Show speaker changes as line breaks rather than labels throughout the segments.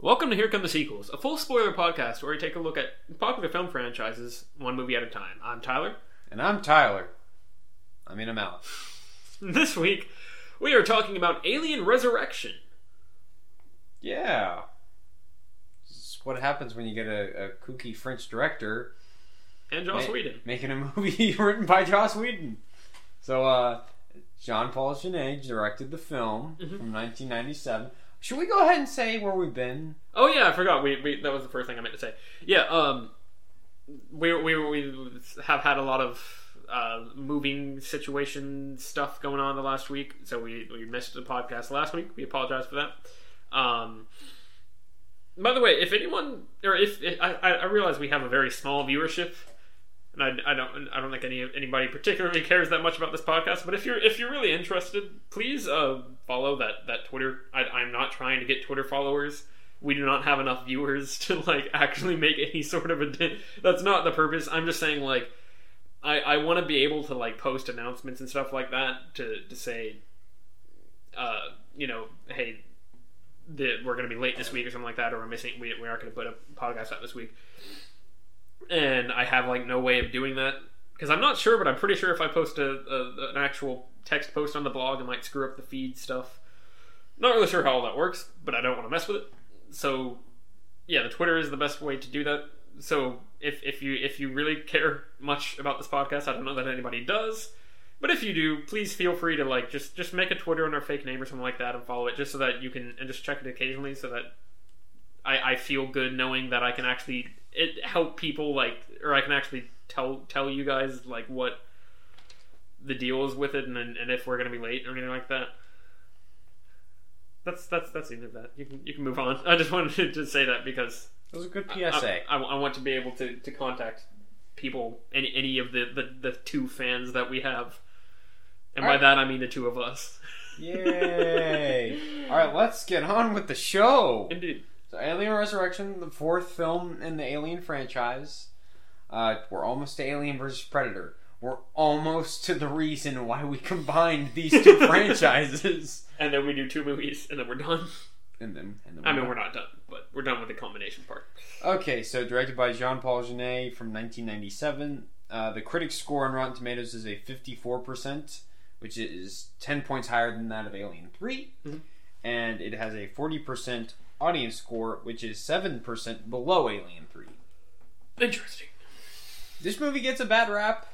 Welcome to Here Come the Sequels, a full spoiler podcast where we take a look at popular film franchises one movie at a time. I'm Tyler.
And I'm Tyler. I mean, I'm out.
This week, we are talking about Alien Resurrection.
Yeah. It's what happens when you get a, a kooky French director
And Joss
ma-
Whedon.
making a movie written by Joss Whedon. So, uh, Jean Paul Genet directed the film
Mhm.
from 1997. Should we go ahead and say where we've been?
Oh yeah, I forgot. We, we that was the first thing I meant to say. Yeah, um, we we we have had a lot of uh, moving situation stuff going on the last week, so we we missed the podcast last week. We apologize for that. Um, by the way, if anyone or if I I I realize we have a very small viewership. And I, I don't I don't think any anybody particularly cares that much about this podcast. But if you're if you're really interested, please uh, follow that that Twitter. I, I'm not trying to get Twitter followers we do not have enough viewers to like actually make any sort of a di- that's not the purpose i'm just saying like i i want to be able to like post announcements and stuff like that to to say uh you know hey that we're gonna be late this week or something like that or we're missing we, we aren't gonna put a podcast out this week and i have like no way of doing that because i'm not sure but i'm pretty sure if i post a, a an actual text post on the blog and like screw up the feed stuff not really sure how all that works but i don't want to mess with it so yeah the twitter is the best way to do that so if, if you if you really care much about this podcast i don't know that anybody does but if you do please feel free to like just just make a twitter under a fake name or something like that and follow it just so that you can and just check it occasionally so that i i feel good knowing that i can actually it help people like or i can actually tell tell you guys like what the deal is with it and and if we're gonna be late or anything like that that's that's that's the end of that. You can you can move on. I just wanted to say that because
It was a good
I-
PSA.
I, I, I want to be able to, to contact people any any of the, the, the two fans that we have, and by
Alright.
that I mean the two of us.
Yay! All right, let's get on with the show.
Indeed.
So, Alien Resurrection, the fourth film in the Alien franchise. Uh, we're almost to Alien versus Predator. We're almost to the reason why we combined these two franchises.
And then we do two movies, and then we're done.
And then, and then
I mean, we're not done, but we're done with the combination part.
Okay, so directed by Jean Paul Genet from 1997. Uh, the critic score on Rotten Tomatoes is a 54%, which is 10 points higher than that of Alien 3.
Mhm.
And it has a 40% audience score, which is 7% below Alien 3.
Interesting.
This movie gets a bad rap.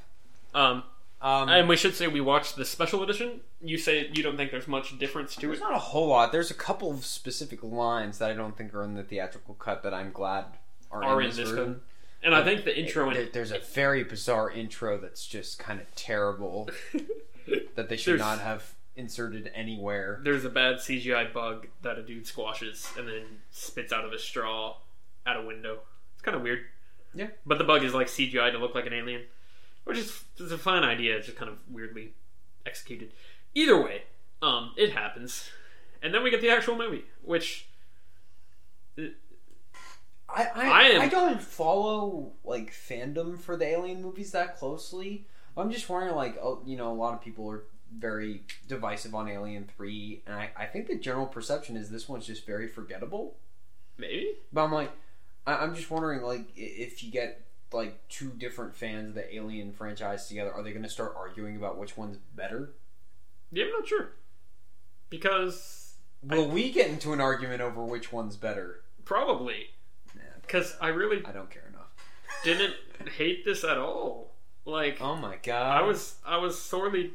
Um,
Um,
and we should say we watched the special edition. You say you don't think there's much difference to
there's
it.
not a whole lot. There's a couple of specific lines that I don't think are in the theatrical cut that I'm glad are,
Are in
in this,
this
version.
And I think the intro
There-
and
there's a very bizarre intro that's just kind of terrible that they should
There's-
not have inserted anywhere.
there's a bad CGI bug that a dude squashes and then spits out of a straw at a window. It's kind of weird.
Yeah.
But the bug is like CGI to look like an alien, which is, is a fine idea. It's just kind of weirdly executed. Either way, um, it happens, and then we get the actual movie, which
I I,
I am-
I don't follow like fandom for the alien movies that closely. I'm just wondering, like, oh, you know, a lot of people are very divisive on Alien Three, and I, I think the general perception is this one's just very forgettable.
maybe
But I'm like, I, I'm just wondering, like, i- if you get like two different fans of the Alien franchise together, are they going to start arguing about which one's better?
yeah, I'm not sure because
Will we get into an argument over which one's better?
probably
Nah,
because I really
I don't care enough.
didn't hate this at all. Like
Oh my god!
I was I was sorely.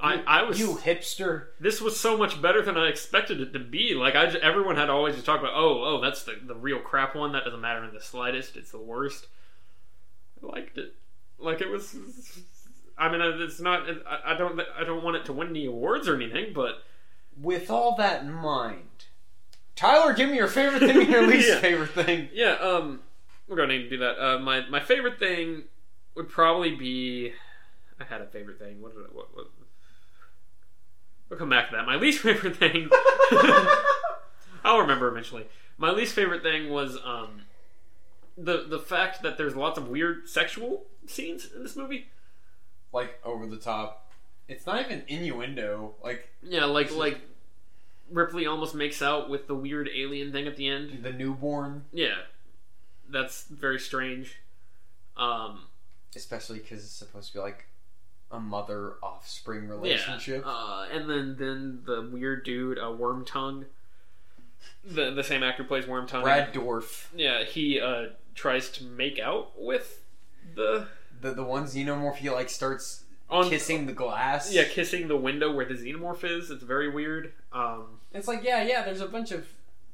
I, I was
you hipster.
this was so much better than I expected it to be. Like I, ju- everyone had always just talked about, oh, oh, that's the the real crap one. That doesn't matter in the slightest. It's the worst. I liked it. Like it was. I mean, uh, it's not. I, I don't. I don't want it to win any awards or anything. But
With all that in mind, Tyler, give me your favorite thing and your least
Yeah.
favorite thing.
yeah, um, we're gonna need to do that. Uh, my my favorite thing would probably be. I had a favorite thing. What did I, what, what? We'll come back to that. My least favorite thing. I'll remember eventually. My least favorite thing was um, the the fact that there's lots of weird sexual scenes in this movie.
like over the top. It's not even innuendo. Like
Yeah, like like Ripley almost makes out with the weird alien thing at the end.
The newborn,
Yeah, that's very strange. Um,
especially because it's supposed to be like a mother offspring
yeah,
relationship.
uh, and then then the weird dude, uh, Worm Tongue. The the same actor plays Worm Tongue.
Brad Dorf,
Yeah, he uh, tries to make out with the
the the one xenomorph, he like starts
on
kissing the glass.
yeah kissing the window where the xenomorph is. It's very weird. Um,
it's like yeah, yeah. There's a bunch of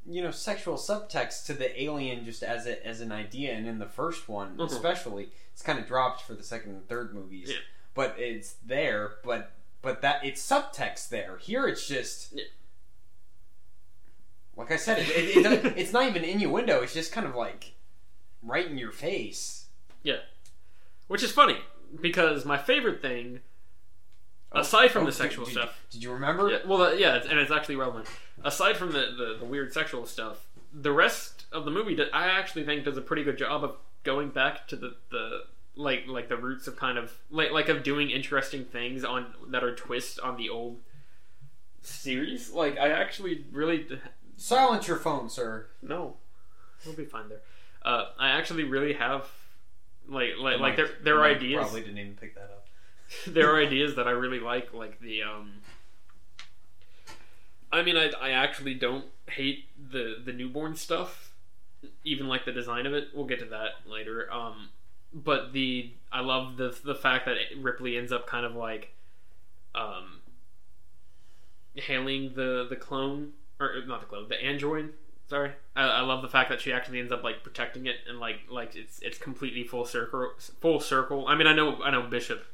you know sexual subtext to the alien just as a, as an idea, and in the first one
Mhm.
especially, it's kind of dropped for the second and third movies.
Yeah.
But it's there, but but that it's subtext there. Here it's just.
Yeah.
Like I said, it, it, it doesn't- it's not even innuendo. It's just kind of like right in your face.
which is funny because my favorite thing,
Oh,
aside from
oh,
the
did-
sexual
did-
stuff,
Did you remember?
Yeah, well, uh, yeah, it's- and it's actually relevant. Aside from the, the, the weird sexual stuff, the rest of the movie that I actually think does a pretty good job of going back to the, the like like the roots of kind of like like of doing interesting things on that are twists on the old series. Like I actually really
Silence your phone, sir.
no, we'll be fine there. Uh, I actually really have like like like
Mike-
their their
Mike
ideas
Probably didn't even pick that up.
there are ideas that I really like, like the um. I mean, I I actually don't hate the the newborn stuff, even like the design of it. We'll get to that later. Um, but the I love the the fact that Ripley ends up kind of like, um, hailing the the clone or not the clone the android. Sorry, I, I love the fact that she actually ends up like protecting it and like like it's it's completely full circle full circle. I mean, I know I know Bishop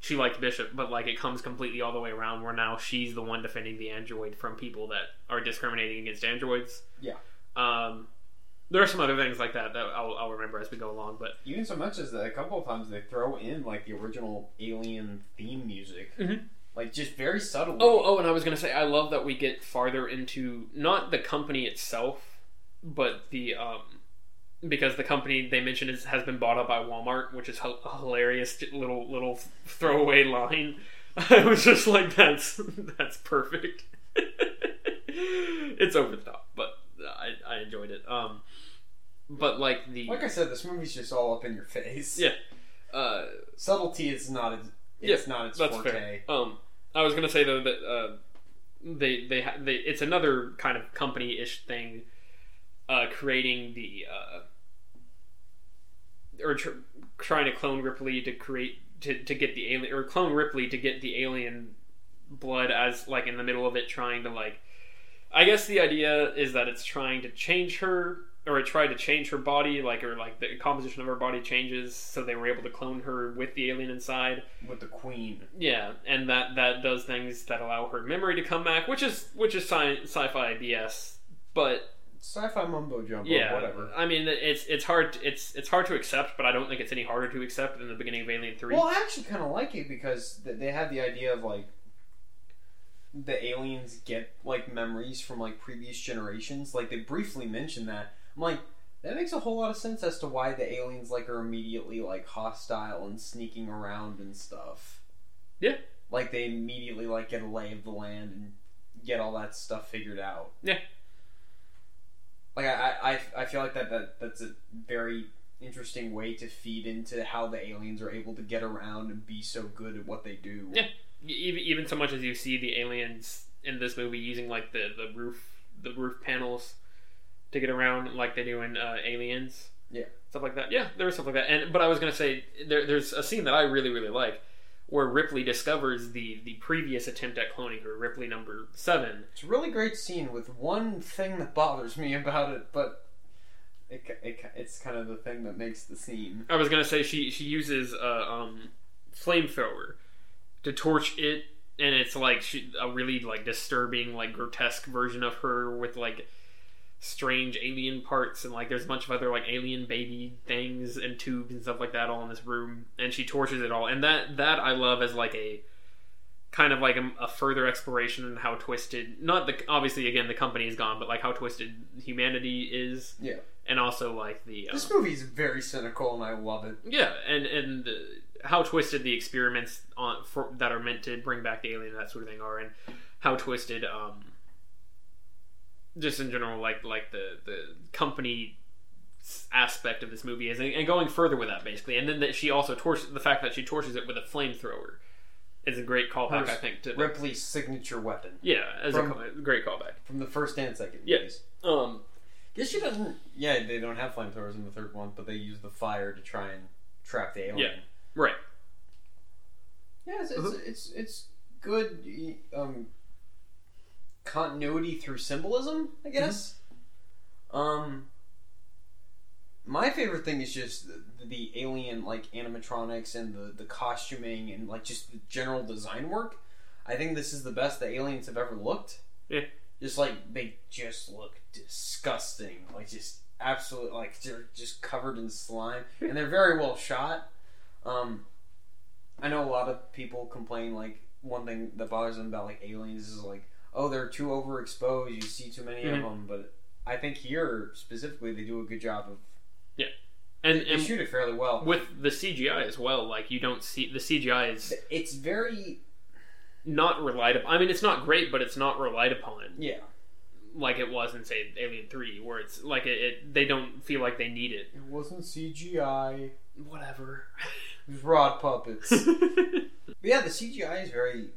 she liked Bishop, but like it comes completely all the way around where now she's the one defending the android from people that are discriminating against androids.
Yeah.
Um, there are some other things like that that I'll, I'll remember as we go along, but
Even so much as that a couple of times they throw in like the original Alien theme music,
Mhm.
like just very subtly.
oh oh, and I was gonna say I love that we get farther into not the company itself, but the um. Because the company they mentioned is, has been bought up by Walmart, which is h- a hilarious little little throwaway line. I was just like, "That's that's perfect." it's over the top, but I, I enjoyed it. Um, but like the
like I said, this movie's just all up in your face.
Yeah. uh,
subtlety is not its, it's not its
that's
forte.
fair. Um, I was gonna say though that uh, they they, ha- they it's another kind of company ish thing, uh, creating the uh, or tr- trying to clone Ripley to create to, to get the alien or clone Ripley to get the alien blood as like in the middle of it trying to like I guess the idea is that it's trying to change her or it tried to change her body like or like the composition of her body changes so they were able to clone her with the alien inside
With the Queen,
yeah, and that that does things that allow her memory to come back, which is which is sci- sci-fi BS. But
sci-fi mumbo jumbo,
yeah,
whatever.
I mean, it's it's hard it's it's hard to accept, but I don't think it's any harder to accept than the beginning of Alien Three.
Well, I actually kind of like it because th- they have the idea of like the aliens get like memories from like previous generations. Like they briefly mention that. I'm like, that makes a whole lot of sense as to why the aliens like are immediately like hostile and sneaking around and stuff.
Yeah.
Like they immediately like get a lay of the land and get all that stuff figured out.
Yeah.
Like I I, I- I feel like that, that that's a very interesting way to feed into how the aliens are able to get around and be so good at what they do.
Yeah. E- even even so much as you see the aliens in this movie using like the the roof the roof panels to get around, like they do in uh, Aliens.
Yeah.
stuff like that. Yeah, there was stuff like that. And but I was gonna say there, there's a scene that I really really like where Ripley discovers the the previous attempt at cloning her, Ripley number seven.
It's a really great scene with one thing that bothers me about it, but it, ki- it, ki- it's kind of the thing that makes the scene.
I was gonna say she she uses a um, flamethrower to torch it, and it's like she, a really like disturbing, like grotesque version of her with like strange alien parts and like there's a bunch of other like alien baby things and tubes and stuff like that all in this room and she torches it all and that that i love as like a kind of like a, a further exploration in how twisted not the obviously again the company is gone but like how twisted humanity is
Yeah.
and also like the um,
This movie's very cynical, and I love it.
yeah, and and uh, how twisted the experiments on for, that are meant to bring back the alien and that sort of thing are, and how twisted um, just in general, like like the the company s- aspect of this movie is, and, and going further with that basically, and then that she also torches the fact that she torches it with a flamethrower is a great callback,
Her
I think. To the-
Ripley's signature weapon
yeah, as a
from-
call- great callback.
from the first and second
Yeah.
movies.
Um,
Guess she doesn't. Yeah, they don't have flamethrowers in the third one, but they use the fire to try and trap the alien.
Yeah. right.
Yeah, it's it's
Mhm.
it's, it's good y- um, continuity through symbolism, I guess. Um, my favorite thing is just the, the alien like animatronics and the the costuming and like just the general design work. I think this is the best the aliens have ever looked.
Yeah.
Just like they just look disgusting, like just absolutely like they're just covered in slime, and they're very well shot. Um, I know a lot of people complain like one thing that bothers them about like aliens is like oh they're too overexposed you see too many
Mhm.
of them but I think here specifically they do a good job of
And
they
and
shoot it fairly well.
with the CGI as well, like you don't see the CGI is
It's very
not relied upon. I mean, it's not great, but it's not relied upon
yeah
like it was in say Alien Three, where it's like it, it they don't feel like they need it.
it wasn't CGI
Whatever.
it was rod puppets but yeah the CGI is very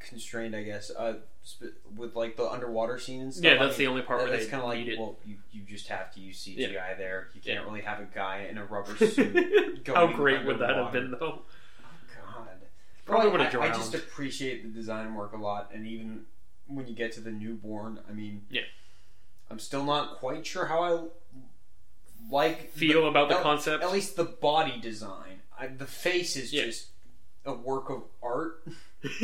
constrained I guess uh sp- with like the underwater scene and stuff
yeah,
I
that's
mean,
the only part where
that's
they
kind of like
need it.
well you, you just have to use CGI
Yeah.
there you
Yeah.
can't really have a guy in a rubber suit
How
going
great would that
underwater.
have been, though?
God.
Probably
Probably
would've
I, I just
drowned.
appreciate the design work a lot, and even when you get to the newborn, I mean,
Yeah.
I'm still not quite sure how I like
Feel about the
at-
concept?
At least the body design, I, the face is
Yeah.
just a work of art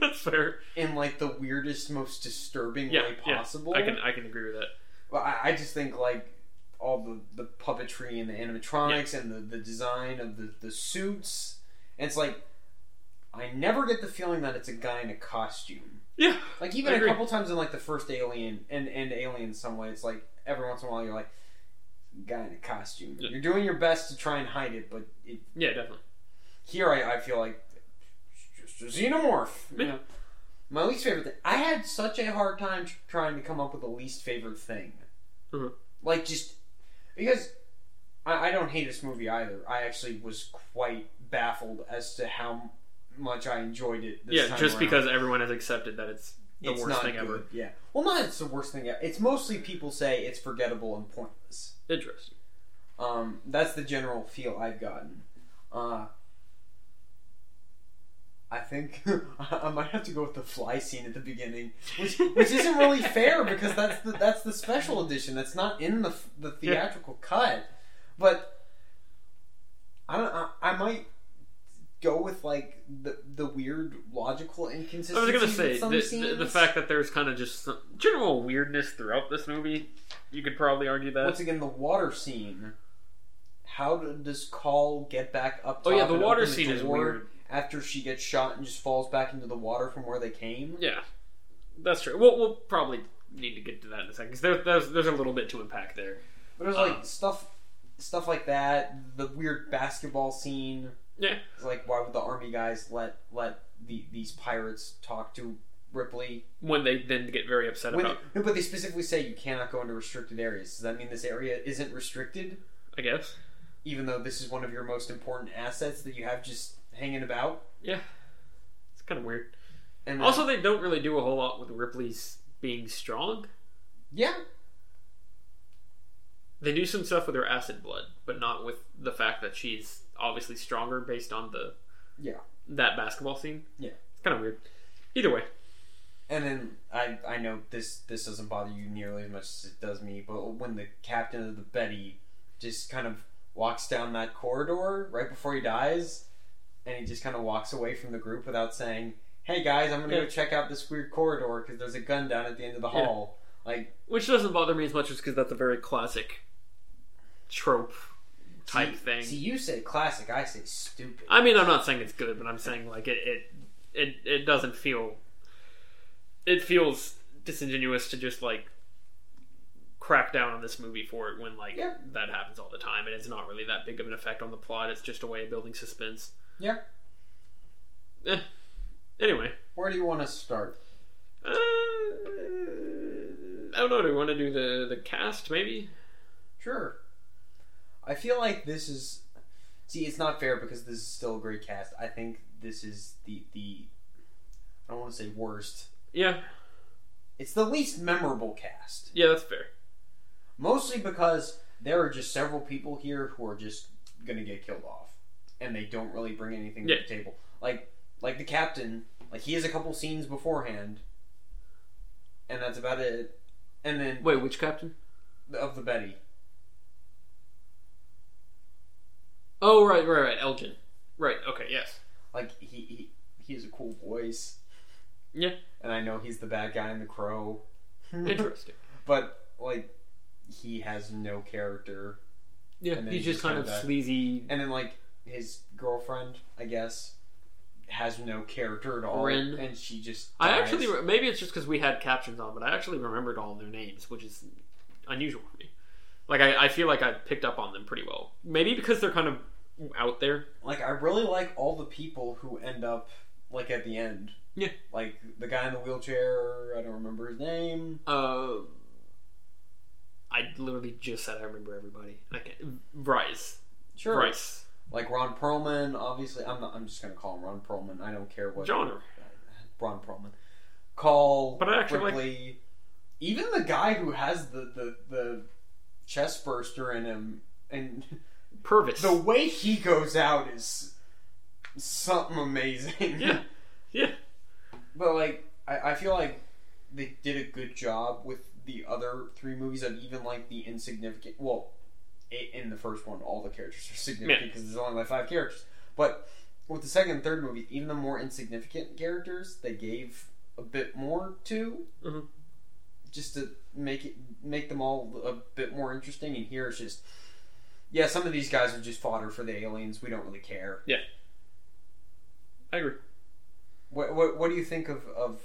that's fair.
in like the weirdest, most disturbing
Yeah,
way
yeah.
possible.
I can I can agree with that.
Well, I, I just think like all the, the puppetry and the animatronics and the, the design of the, the suits. And it's like I never get the feeling that it's a guy in a costume.
Yeah,
Like even
I
a
agree.
couple times in like the first Alien and and Alien some way, it's like every once in a while you're like guy in a costume.
Yeah.
You're doing your best to try and hide it, but it,
yeah, definitely.
here I, I feel like it's just a xenomorph. You
Yeah.
know? My least favorite thing. I had such a hard time tr- trying to come up with a least favorite thing.
Mhm.
Like just because I, I don't hate this movie either. I actually was quite baffled as to how much I enjoyed it. This
yeah,
time
just
around.
because everyone has accepted that it's the
It's
worst
not
thing
good,
ever.
Yeah. Well, not it's the worst thing ever. It's mostly people say it's forgettable and pointless.
Interesting.
Um, that's the general feel I've gotten. Uh, I think I might have to go with the fly scene at the beginning, which which isn't really fair because that's the that's the special edition. That's not in the the
Yeah.
theatrical cut. But I don't. I, I might go with like the the weird logical inconsistency.
I was gonna say
some
the, the, the
scenes.
fact that there's kind of just some general weirdness throughout this movie. You could probably argue that.
once again the water scene. How do- does Call get back up?
oh yeah,
top
the
and
water
open the
scene is
door?
weird.
after she gets shot and just falls back into the water from where they came.
Yeah, that's true. We'll, we'll probably need to get to that in a second because there, there's there's a little bit to unpack there.
But there's
Uh.
like stuff, stuff like that. The weird basketball scene.
Yeah.
It's like, why would the army guys let let the, these pirates talk to Ripley?
When they then get very upset
When
about,
no, but they specifically say you cannot go into restricted areas. Does that mean this area isn't restricted?
I guess.
Even though this is one of your most important assets that you have just hanging about.
It's kind of weird.
And uh,
Also, they don't really do a whole lot with Ripley's being strong.
yeah,
They do some stuff with her acid blood, but not with the fact that she's obviously stronger based on the
Yeah.
that basketball scene.
Yeah.
it's kind of weird. Either way,
And then I I know this this doesn't bother you nearly as much as it does me, but when the captain of the Betty just kind of walks down that corridor right before he dies, and he just kind of walks away from the group without saying, "Hey guys, I'm gonna
Yeah.
go check out this weird corridor because there's a gun down at the end of the
Yeah.
hall." Like
which doesn't bother me as much as because that's a very classic trope type
see-
thing.
See, you say classic, I say stupid.
I mean, I'm not saying it's good, but I'm saying like it it it, it doesn't feel it feels disingenuous to just like crack down on this movie for it when like
Yeah.
that happens all the time and it's not really that big of an effect on the plot. It's just a way of building suspense. Eh.
yeah.
Anyway,
Where do you want to start?
uh, I uh, don't know. Do we want to do the the cast? Maybe.
Sure. I feel like this is. See, it's not fair because this is still a great cast. I think this is the the. I don't want to say worst.
Yeah.
It's the least memorable cast,
Yeah, that's fair.
mostly because there are just several people here who are just gonna get killed off, and they don't really bring anything
Yeah.
to the table. Like like the captain, like he has a couple scenes beforehand, and that's about it. And then
Wait, which captain?
of the Betty,
Oh, right, right, right. Elgin. Right. Okay. Yes.
like he he he has a cool voice.
Yeah.
And I know he's the bad guy in the crow.
Interesting.
but like he has no character.
Yeah,
And then
he's
he
just
just
kind of
comes back.
sleazy.
And then like his girlfriend, I guess, has no character at all.
Rin.
And she just
I
dies.
actually re- maybe it's just because we had captions on, but I actually remembered all their names, which is unusual for me. Like I, I feel like I picked up on them pretty well. Maybe because they're kind of out there.
like I really like all the people who end up like at the end.
Yeah.
Like the guy in the wheelchair, I don't remember his name.
Uh, I literally just said I remember everybody. I can't. Bryce.
Sure.
Bryce.
Like Ron Perlman, obviously I'm not I'm just gonna call him Ron Perlman. I don't care what
Genre.
Ron Perlman. Call
But I actually like-
Ripley. Even the guy who has the, the, the chest burster in him and
Purvis.
the way he goes out is something amazing.
Yeah. Yeah.
But like I, I feel like they did a good job with the other three movies of even like the insignificant well i- in the first one all the characters are significant because there's only like five characters but with the second and third movie even the more insignificant characters they gave a bit more to
Mhm.
just to make it make them all a bit more interesting and here it's just yeah some of these guys are just fodder for the aliens we don't really care
I agree.
What, what, what do you think of, of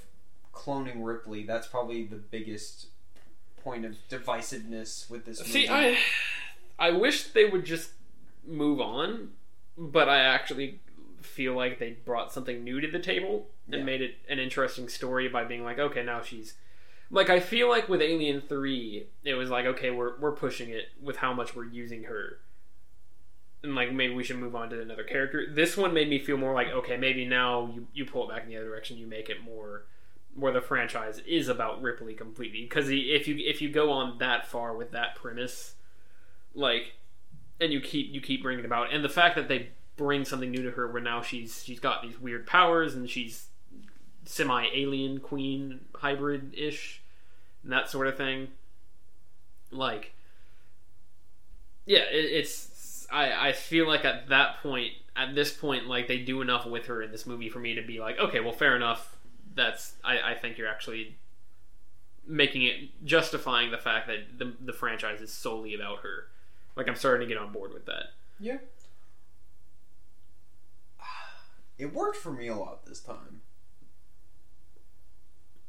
cloning Ripley? That's probably the biggest point of divisiveness with this movie.
See, I I wish they would just move on, but I actually feel like they brought something new to the table and
Yeah.
made it an interesting story by being like, okay, now she's like I feel like with Alien 3, it was like, okay, we're we're pushing it with how much we're using her. And like maybe we should move on to another character. This one made me feel more like, okay, maybe now you, you pull it back in the other direction, you make it more where the franchise is about Ripley completely because if you if you go on that far with that premise, like, and you keep you keep bringing it about, and the fact that they bring something new to her where now she's she's got these weird powers and she's semi alien queen hybrid ish and that sort of thing, like, yeah, it, it's I I feel like at that point at this point like they do enough with her in this movie for me to be like okay well fair enough that's I, I think you're actually making it justifying the fact that the, the franchise is solely about her like i'm starting to get on board with that
yeah. It worked for me a lot this time.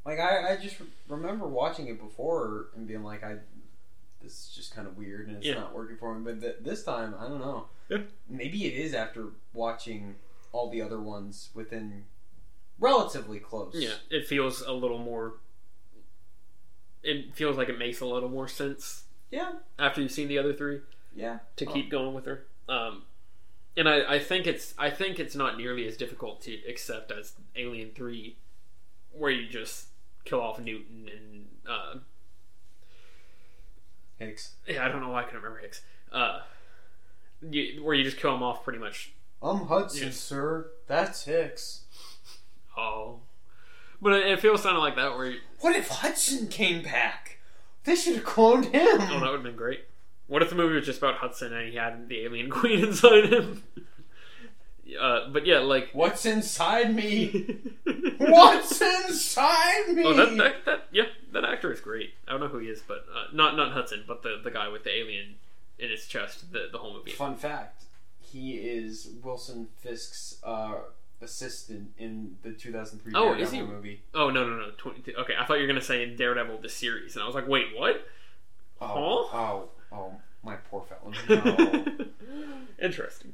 Like I, I just remember watching it before and being like, I this is just kind of weird and it's
Yeah.
not working for me. But th- this time, I don't know.
Yeah.
Maybe it is after watching all the other ones within relatively close.
yeah it feels a little more it feels like it makes a little more sense
Yeah.
after you've seen the other three
Yeah.
to
Oh.
keep going with her um and I, I think it's I think it's not nearly as difficult to accept as Alien Three, where you just kill off Newton and uh,
Hicks.
yeah I don't know why I couldn't remember Hicks, uh, you, where you just kill him off pretty much
I'm Um, Hudson,
Yeah.
sir. That's Hicks.
Oh. But it, it feels kind of like that where, you-
What if Hudson came back? They should have cloned him.
oh, that would have been great. What if the movie was just about Hudson and he had the alien queen inside him? Uh, but yeah, like.
What's inside me?
what?
What's inside me?
Oh, that, that, that, yeah, that actor is great. I don't know who he is, but uh, not not Hudson, but the, the guy with the alien in his chest, the, the whole movie.
Fun fact: He is Wilson Fisk's uh, assistant in the 2003
Oh,
Daredevil
is he?
movie.
Oh, no, no, no. 20, okay, I thought you were going to say in Daredevil, the series, and I was like, wait, what?
Oh, oh, oh, my poor fellow. No.
Interesting.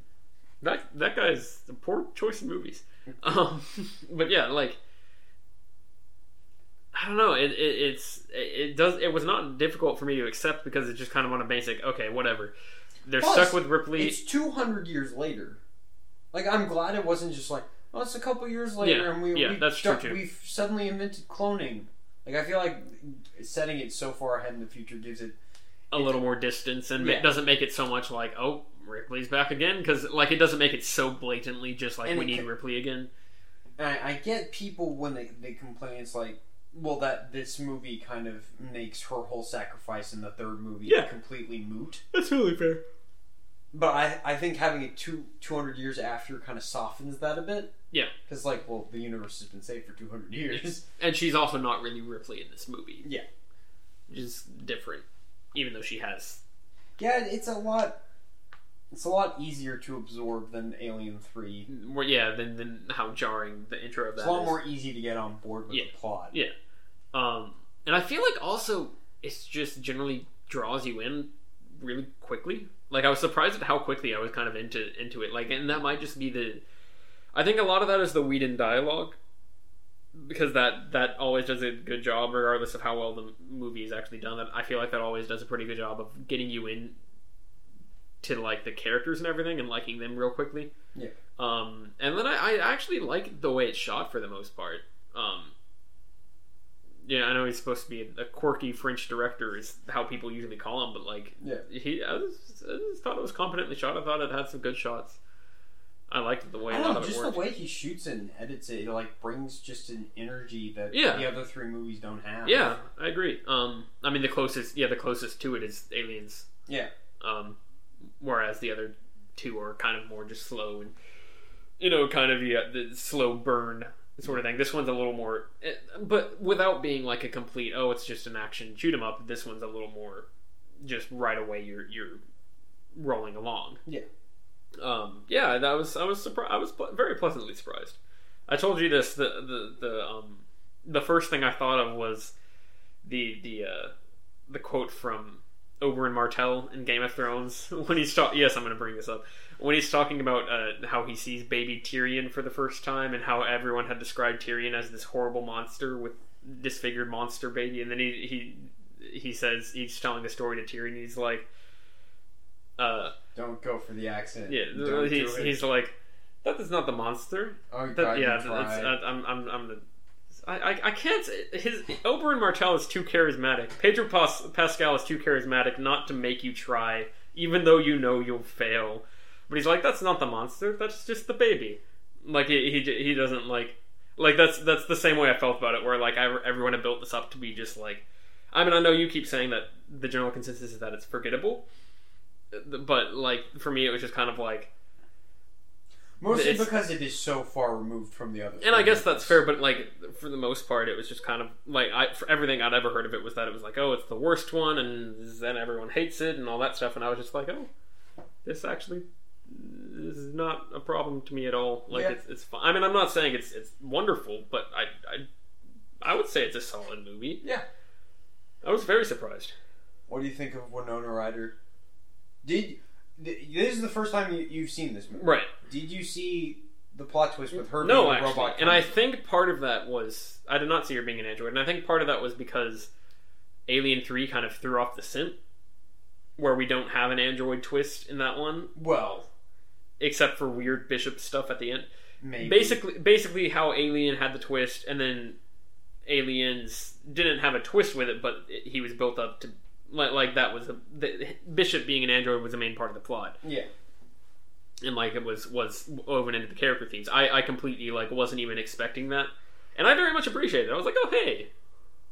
That that guy's a poor choice in movies. Um, but yeah, like I don't know. It, it it's it it does it was not difficult for me to accept because it's just kind of on a basic okay whatever. They're
Plus,
stuck with Ripley.
It's 200 years later. Like, I'm glad it wasn't just like, oh, it's a couple years later,
Yeah,
and we,
yeah,
we've,
that's true
done-
too.
we've suddenly invented cloning. Like, I feel like setting it so far ahead in the future gives it.
a little more distance and
Yeah.
it doesn't make it so much like oh Ripley's back again because like it doesn't make it so blatantly just like
And
we
it
need
ca-
Ripley again.
And I, I get people when they, they complain, it's like, well, that this movie kind of makes her whole sacrifice in the third movie
Yeah.
completely moot.
That's really fair.
But I, I think having it two, 200 years after kind of softens that a bit.
Yeah.
Because, like, well, the universe has been safe for 200 years.
And she's also not really Ripley in this movie.
Yeah.
which is different, even though she has.
Yeah, it's a lot. It's a lot easier to absorb than Alien Three.
Well, yeah, then then how jarring the intro of that
It's a lot
is.
more easy to get on board with
Yeah.
the plot.
Yeah. Um, and I feel like also it's just generally draws you in really quickly. Like I was surprised at how quickly I was kind of into into it. Like, and that might just be the. I think a lot of that is the Whedon dialogue, because that that always does a good job, regardless of how well the movie is actually done. That I feel like that always does a pretty good job of getting you in to like the characters and everything and liking them real quickly.
Yeah.
Um, and then I, I actually like the way it's shot for the most part. Um, yeah, I know he's supposed to be a, a quirky French director, is how people usually call him. But like,
Yeah.
he, I, was, I just thought it was competently shot. I thought it had some good shots. I liked the way a
I don't
lot
know,
of it
just the
worked.
way he shoots it and edits it, it like brings just an energy that
Yeah.
the other three movies don't have.
Yeah, I agree. Um, I mean, the closest, yeah, the closest to it is Aliens.
Yeah.
Um, whereas the other two are kind of more just slow and, you know, kind of yeah, the slow burn sort of thing. This one's a little more, eh, but without being like a complete oh, it's just an action shoot 'em up. This one's a little more, just right away you're you're rolling along.
Yeah.
Um. Yeah. That was I was surprised. I was pl- very pleasantly surprised. I told you this. The the the um the first thing I thought of was the the uh, the quote from Oberyn Martell in Game of Thrones when he's talking. Yes, I'm going to bring this up when he's talking about uh, how he sees baby Tyrion for the first time and how everyone had described Tyrion as this horrible monster with disfigured monster baby, and then he he he says he's telling the story to Tyrion. And he's like, uh,
Don't go for the accent.
yeah,
Don't
he's
do it.
he's like, that is not the monster.
oh, God,
That,
you
yeah, uh,
try.
that's, I, I'm, I'm, I'm the. I, I, I can't. His Oberyn Martell is too charismatic. Pedro Pas, Pascal is too charismatic not to make you try, even though you know you'll fail. But he's like, that's not the monster. That's just the baby. Like he he, j- he doesn't like like that's that's the same way I felt about it. Where like I, everyone had built this up to be just like. I mean, I know you keep saying that the general consensus is that it's forgettable, but like for me, it was just kind of like
Mostly
it's-
because it is so far removed from the other.
And I
three
guess that's
movies.
fair, but like for the most part, it was just kind of like I for everything I'd ever heard of it was that it was like, oh, it's the worst one, and then everyone hates it and all that stuff. And I was just like, oh, this actually this is not a problem to me at all. Like
Yeah.
it's it's fine. I mean, I'm not saying it's it's wonderful, but I I I would say it's a solid movie.
Yeah.
I was very surprised.
What do you think of Winona Ryder? Did th- this is the first time you, you've seen this movie?
Right.
Did you see the plot twist with her?
no,
being a
actually,
robot
and I
company?
think part of that was I did not see her being an android, and I think part of that was because Alien Three kind of threw off the simp, where we don't have an android twist in that one,
well,
except for weird bishop stuff at the end.
maybe
Basically, basically how Alien had the twist, and then Aliens didn't have a twist with it, but it- he was built up to like, like that was a, the, Bishop being an android was the main part of the plot
yeah.
and like it was was woven into the character themes. I I completely like wasn't even expecting that, and I very much appreciate it. I was like, oh hey,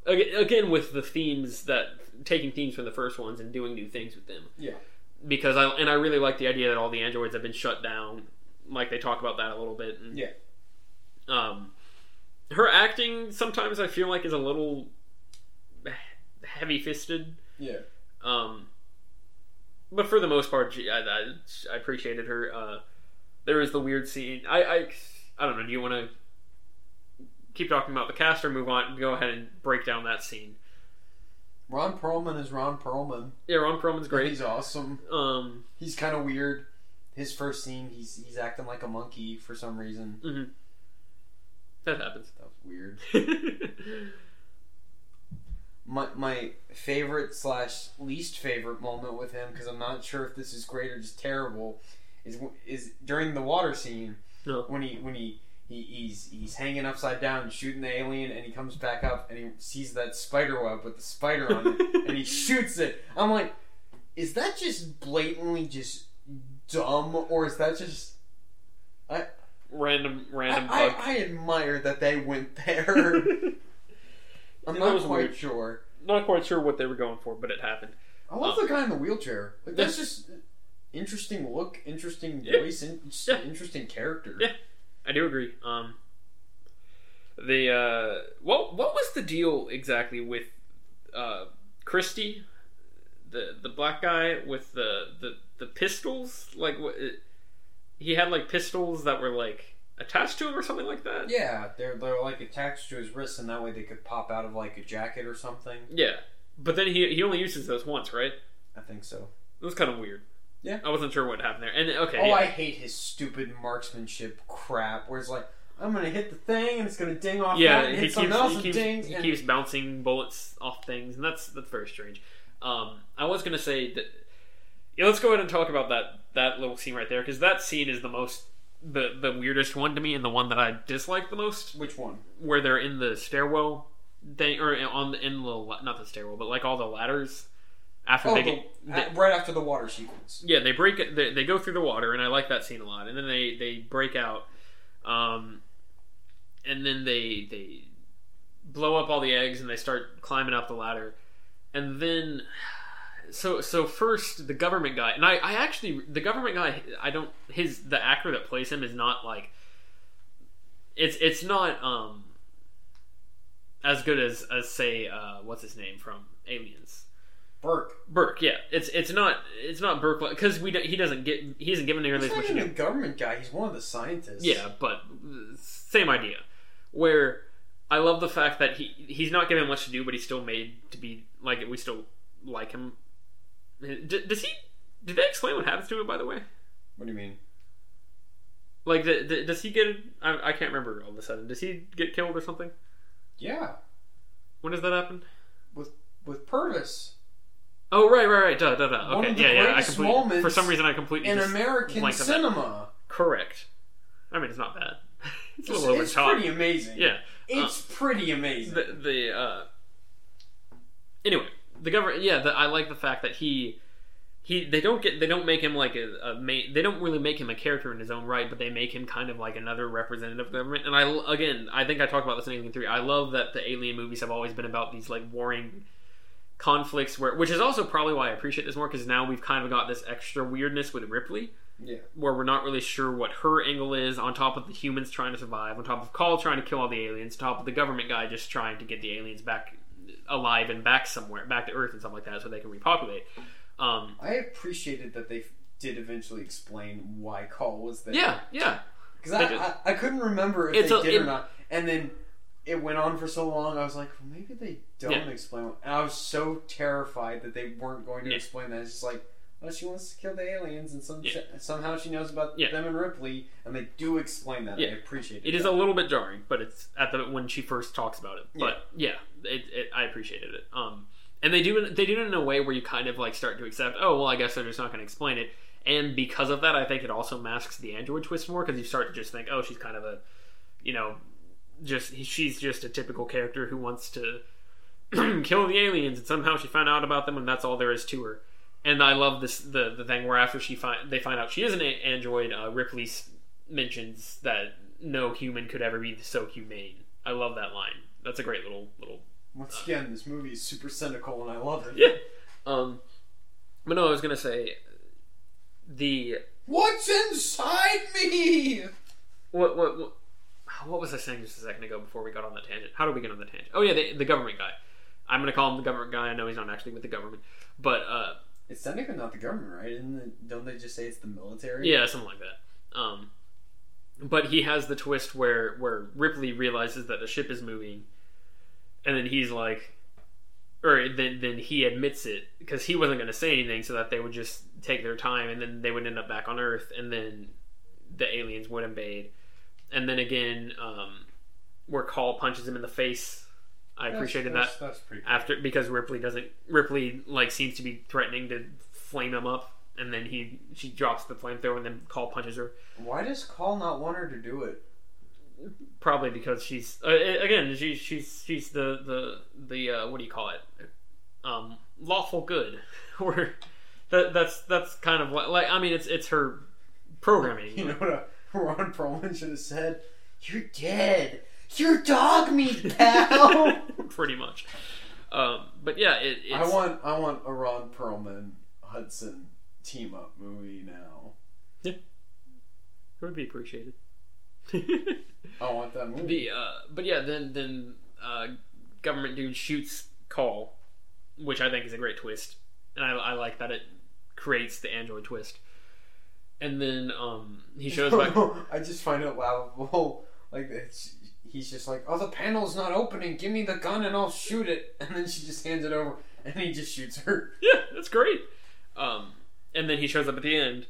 Aga- again with the themes that taking themes from the first ones and doing new things with them.
Yeah.
because I and I really like the idea that all the androids have been shut down. Like they talk about that a little bit. And,
Yeah.
Um, her acting sometimes I feel like is a little heavy fisted.
Yeah.
Um, but for the most part, she, I, I, I appreciated her. Uh, there was the weird scene. I, I, I don't know. Do you want to keep talking about the cast or move on? Go ahead and break down that scene.
Ron Perlman is Ron Perlman.
Yeah, Ron Perlman's great.
He's awesome.
Um,
He's kind of weird. His first scene, he's he's acting like a monkey for some reason.
mhm. that happens.
That was weird. my my favorite slash least favorite moment with him because I'm not sure if this is great or just terrible is w- is during the water scene
No.
when he when he. He, he's he's hanging upside down shooting the alien and he comes back up and he sees that spider web with the spider on it and he shoots it. I'm like, is that just blatantly just dumb or is that just
random random
I,
bug.
I, I admire that they went there. I'm
That
not
was
quite
weird.
sure.
Not quite sure what they were going for, but it happened.
I love
Oh.
the guy in the wheelchair. Like, that's just interesting look, interesting
Yeah.
voice, and just
Yeah.
interesting character.
Yeah. I do agree. Um, the uh, what what was the deal exactly with uh, Christie, the the black guy with the the, the pistols? Like what, it, he had like pistols that were like attached to him or something like that.
Yeah, they're they're like attached to his wrists, and that way they could pop out of like a jacket or something.
Yeah. But then he he only uses those once, right?
I think so.
It was kind of weird.
Yeah.
I wasn't sure what happened there. And okay,
Oh,
yeah.
I hate his stupid marksmanship crap. Where it's like, I'm gonna hit the thing, and it's gonna ding off.
yeah,
that, and
he
hit
keeps
something else
he
and
keeps,
dings,
he
and-
keeps bouncing bullets off things, and that's that's very strange. Um, I was gonna say that. Yeah, let's go ahead and talk about that that little scene right there because that scene is the most the the weirdest one to me and the one that I dislike the most,
Which one?
where they're in the stairwell thing or on the in the la- not the stairwell but like all the ladders after
Oh,
they
the,
get they-
uh, right after the water sequence.
yeah, they break. it- They, they go through the water, and I like that scene a lot. And then they they break out, um, and then they they blow up all the eggs, and they start climbing up the ladder. And then, so so first the government guy, and I I actually the government guy I don't his the actor that plays him is not like it's it's not um as good as as say uh what's his name from Aliens.
Burke.
Burke, yeah, it's it's not it's not Burke because we don't, he doesn't get he isn't given nearly
He's
as
not
much.
even a
name.
government guy. He's one of the scientists.
Yeah, but same idea. Where I love the fact that he he's not given much to do, but he's still made to be like we still like him. D- does he? Did they explain what happens to him? By the way,
What do you mean?
like the, the, does he get? I, I can't remember all of a sudden. Does he get killed or something?
Yeah,
When does that happen?
with Purvis,
Oh right, right, right. Duh, duh, duh.
One
Okay,
of the
yeah, yeah. I
greatest
completely,
moments
for some reason, I completely
in
just
American
blanked on that.
cinema.
correct. I mean, it's not bad. It's a
It's,
little over
it's
the top.
pretty amazing.
Yeah. Uh,
it's pretty amazing.
the the uh anyway the government yeah the, i like the fact that he he they don't get they don't make him like a, a main they don't really make him a character in his own right but they make him kind of like another representative of government and i l- again i think i talked about this in alien 3 i love that the alien movies have always been about these like warring conflicts where which is also probably why i appreciate this more because now we've kind of got this extra weirdness with ripley
yeah,
where we're not really sure what her angle is on top of the humans trying to survive on top of Call trying to kill all the aliens on top of the government guy just trying to get the aliens back alive and back somewhere back to earth and stuff like that so they can repopulate um
I appreciated that they did eventually explain why Call was there.
yeah yeah
because
they
I,
did.
I I couldn't remember if
It's
they
a-
did
it-
or not, and then. It went on for so long. I was like, well, maybe they don't
Yeah.
explain. What, and I was so terrified that they weren't going to
Yeah.
explain that. It's just like, well, she wants to kill the aliens, and some,
Yeah.
somehow she knows about
Yeah.
them and Ripley, and they do explain that. I
Yeah.
appreciate it.
it is a little bit jarring but it's at the when she first talks about it but yeah, it, it, i appreciated it um and they do it- they do it in a way where you kind of like start to accept oh well i guess they're just not going to explain it and because of that i think it also masks the android twist more because you start to just think oh she's kind of a you know just she's just a typical character who wants to kill the aliens and somehow she found out about them and that's all there is to her and i love this the, the thing where after she find they find out she is an a- android uh, ripley s- mentions that no human could ever be so humane i love that line that's a great little little
Once again, this movie is super cynical, and I love it.
yeah um but no i was gonna say the
What's inside me?
what what what, what was I saying just a second ago before we got on the tangent? How did we get on the tangent? Oh yeah, the, the government guy. I'm gonna call him the government guy. I know he's not actually with the government, but uh,
It's technically not the government, right? Isn't it, don't they just say it's the military?
yeah, something like that. Um, but he has the twist where where Ripley realizes that the ship is moving, and then he's like, or then then he admits it because he wasn't gonna say anything so that they would just take their time and then they would end up back on Earth and then the aliens would invade, and then again um, where Call punches him in the face. I appreciated
that's,
that
That's, that's pretty. Cool.
after because Ripley doesn't Ripley like seems to be threatening to flame him up, and then he she drops the flamethrower, and then Call punches her.
Why does Call not want her to do it?
Probably because she's uh, again she's she's she's the the the uh, what do you call it? Um, lawful good. Or that that's that's kind of what like I mean it's it's her programming.
You know what uh, Ron Perlman should have said? You're dead. You're dog meat, pal.
pretty much. Um, but yeah, it, it's,
I want I want a Ron Perlman Hudson team up movie now.
it would be appreciated.
I want that movie.
the uh, but yeah, then then uh, government dude shoots call, which I think is a great twist, and I, I like that it creates the android twist. And then um, he shows back.
I just find it laughable. Like it's, he's just like, "Oh, the panel's not opening. Give me the gun and I'll shoot it." And then she just hands it over, and he just shoots her.
yeah, that's great. Um, and then he shows up at the end,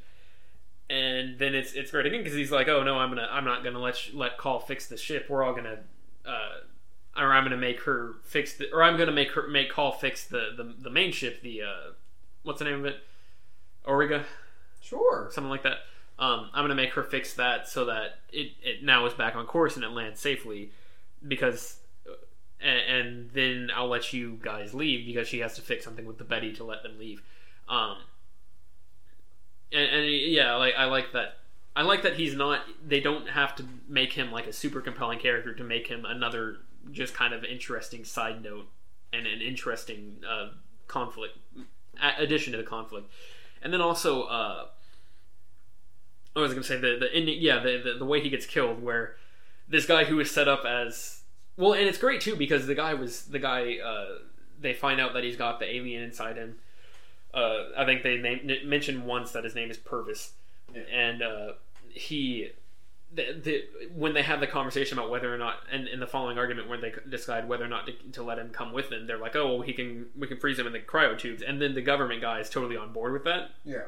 and then it's it's great again because he's like, "Oh no, I'm gonna I'm not gonna let sh- let Call fix the ship. We're all gonna, uh, or I'm gonna make her fix the, or I'm gonna make her make Call fix the the, the main ship. The uh, what's the name of it? Origa,
Sure.
something like that. Um, I'm gonna make her fix that so that it it now is back on course and it lands safely because." uh, And, and then I'll let you guys leave because she has to fix something with the Betty to let them leave um and, and yeah like i like that i like that he's not they don't have to make him like a super compelling character to make him another just kind of interesting side note and an interesting uh conflict a- addition to the conflict and then also uh i was gonna say the the ending yeah the, the the way he gets killed where this guy who is set up as well and it's great too because the guy was the guy uh they find out that he's got the alien inside him uh, I think they named, n- mentioned once that his name is Purvis,
Yeah.
and uh, he. The, the, when they have the conversation about whether or not, and in the following argument, where they decide whether or not to, to let him come with them, they're like, "Oh, well, he can, we can freeze him in the cryo tubes," and then the government guy is totally on board with that.
yeah,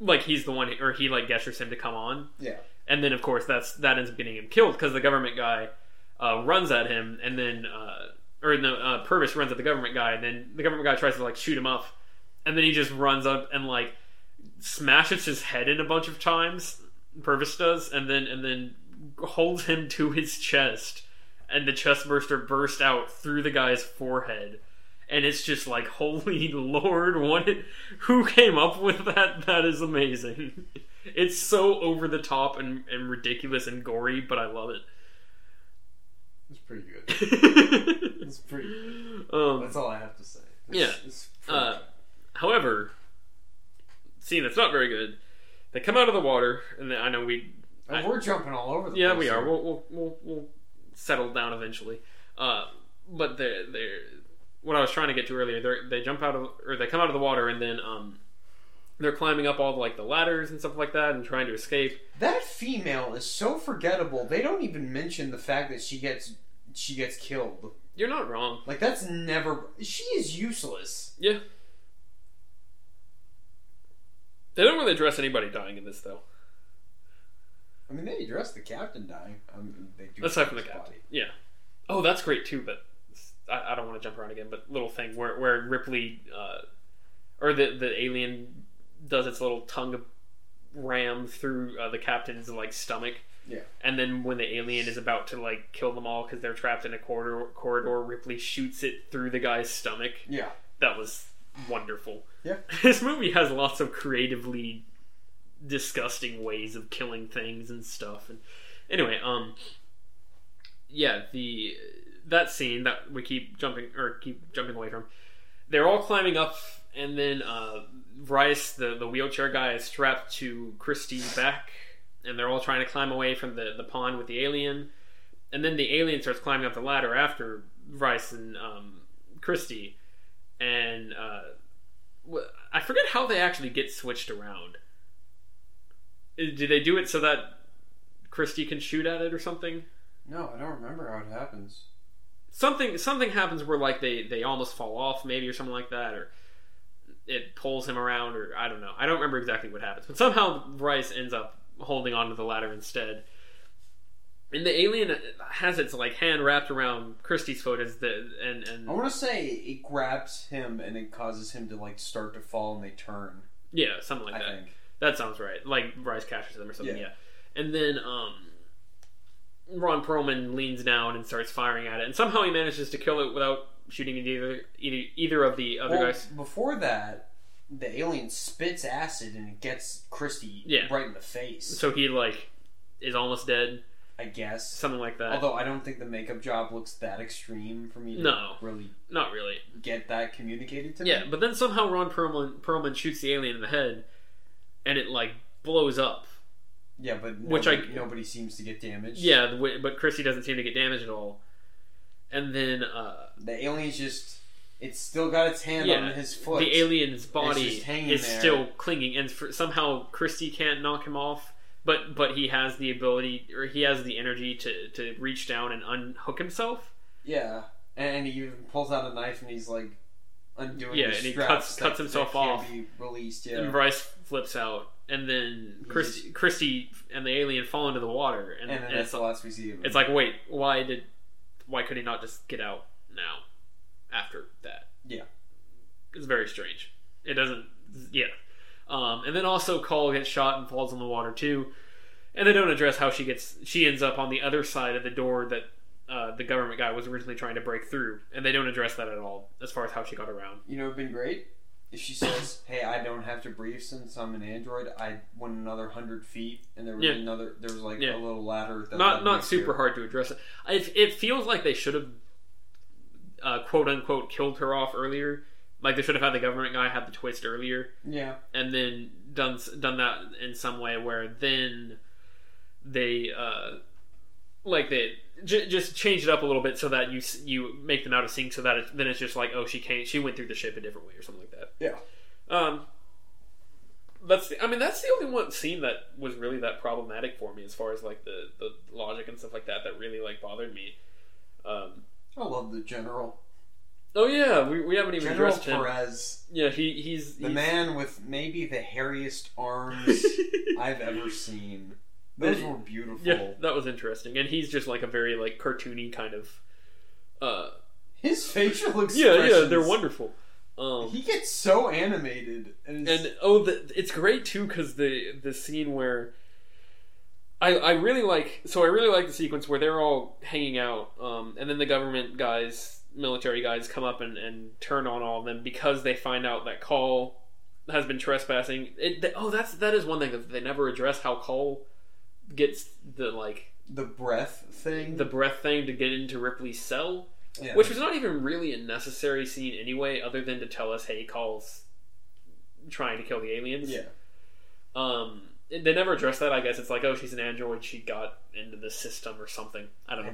Like he's the one, or he like gestures him to come on,
yeah.
and then of course that's that ends up getting him killed because the government guy uh, runs at him and then uh, or no uh, Purvis runs at the government guy and then the government guy tries to like shoot him up and then he just runs up and like smashes his head in a bunch of times Purvis does and then and then holds him to his chest and the chest burster burst out through the guy's forehead and it's just like holy lord what who came up with that that is amazing it's so over the top and, and ridiculous and gory but i love
It's pretty good.
it
It's pretty.
um,
That's all I have to say. It's,
Yeah.
It's pretty
Uh,
good.
however scene that's not very good they come out of the water and then, i know we
Oh, we're jumping all over the
yeah
place.
we are
here.
we'll, we'll, we'll, we'll settle down eventually uh, but they're, they're what i was trying to get to earlier they're, they jump out of or they come out of the water and then um, they're climbing up all like the ladders and stuff like that and trying to escape
That female is so forgettable. They don't even mention the fact that she gets she gets killed.
you're not wrong
Like that's never. She is useless.
Yeah. They don't really address anybody dying in this, though.
I mean, they address the captain dying. I mean, they do
Aside from the
his
captain.
body.
Yeah. Oh, that's great, too, but I, I don't want to jump around again, but little thing where, where Ripley, uh, or the, the alien does its little tongue ram through uh, the captain's, like, stomach.
Yeah.
And then when the alien is about to, like, kill them all because they're trapped in a corridor, corridor, Ripley shoots it through the guy's stomach.
Yeah.
that was wonderful.
Yeah.
This movie has lots of creatively disgusting ways of killing things and stuff. And anyway, um yeah, the that scene that we keep jumping or keep jumping away from. They're all climbing up and then uh Rice, the the wheelchair guy is strapped to Christie's back and they're all trying to climb away from the the pond with the alien. And then the alien starts climbing up the ladder after Rice and um Christie and uh, wh- I forget how they actually get switched around. Uh, Do they do it so that Christie can shoot at it or something?
No, I don't remember how it happens.
Something something happens where like they they almost fall off maybe or something like that or it pulls him around or I don't know. I don't remember exactly what happens, but somehow Rice ends up holding onto the ladder instead. and the alien has its like hand wrapped around Christie's foot as the and and
Oh.
I want to say it grabs him and it causes him to like start to fall and they turn.
yeah, something like
I
that.
think.
That sounds right. Like Bryce catches them or something. Yeah.
Yeah.
And then um, Ron Perlman leans down and starts firing at it, and somehow he manages to kill it without shooting at either either, either of the other
Well,
guys.
before that, the alien spits acid and it gets Christy
Yeah.
right in the face.
So he like is almost dead,
I guess.
something like that.
Although I don't think the makeup job looks that extreme for me to
No.
really
Not really.
get that communicated to
Yeah,
me.
but then somehow Ron Perlman, Perlman shoots the alien in the head, and it like blows up.
Yeah, but
Which I-
nobody, nobody seems to get damaged.
Yeah, the way, but Chrissy doesn't seem to get damaged at all. And then uh,
The alien's just it's still got its hand
Yeah,
on his foot.
the alien's
It's
body
just hanging
is
there.
still clinging, and for, somehow Christy can't knock him off. But but he has the ability, or he has the energy to to reach down and unhook himself.
Yeah. And he even pulls out a knife and he's like undoing
Yeah,
the
and he
straps
cuts-
that-
cuts himself
that can't
off.
be released, yeah.
And Bryce flips out, and then
He
Christy, Christy and the alien fall into the water, and,
And then
and
that's
it's,
the last we see of him.
it's like, wait, why did, why could he not just get out now, after that?
Yeah.
it's very strange. It doesn't, yeah. Um, and then also Cole gets shot and falls in the water too, and they don't address how she gets. She ends up on the other side of the door that uh, the government guy was originally trying to break through, and they don't address that at all as far as how she got around.
You know, it'd been great if she says, "Hey, I don't have to breathe since I'm an android. I went another hundred feet, and there was
Yeah.
another. There was like
Yeah.
a little ladder that
not
led
not
me
super
here."
hard to address it. It, it feels like they should have uh, quote unquote killed her off earlier. Like they should have had the government guy have the twist earlier,
Yeah,
and then done s- done that in some way where then they uh, like they j- just change it up a little bit so that you s- you make them out of sync so that it, then it's just like oh she came she went through the ship a different way or something like that.
Yeah.
Um. That's the, I mean that's the only one scene that was really that problematic for me as far as like the, the logic and stuff like that that really like bothered me. Um,
I love the general.
oh yeah, we, we haven't even
General
addressed him.
Perez,
Yeah, he he's
the
he's-
man with maybe the hairiest arms I've ever seen. Those were beautiful.
Yeah, that was interesting. And he's just like a very like cartoony kind of. Uh,
His facial
yeah,
expressions.
yeah, they're wonderful. Um,
He gets so animated, and, it's-
and oh, the, it's great too because the the scene where. I, I really like so I really like the sequence where they're all hanging out, um, and then the government guys, military guys, come up and, and turn on all of them because they find out that Call has been trespassing. It, they, oh, that's that is one thing that they never address how Call gets the like
the breath thing.
the breath thing to get into Ripley's cell,
yeah.
which was not even really a necessary scene anyway, other than to tell us, hey, Call's trying to kill the aliens.
yeah,
Um, they never address that. I guess it's like, oh, she's an android. She got into the system or something. I don't know.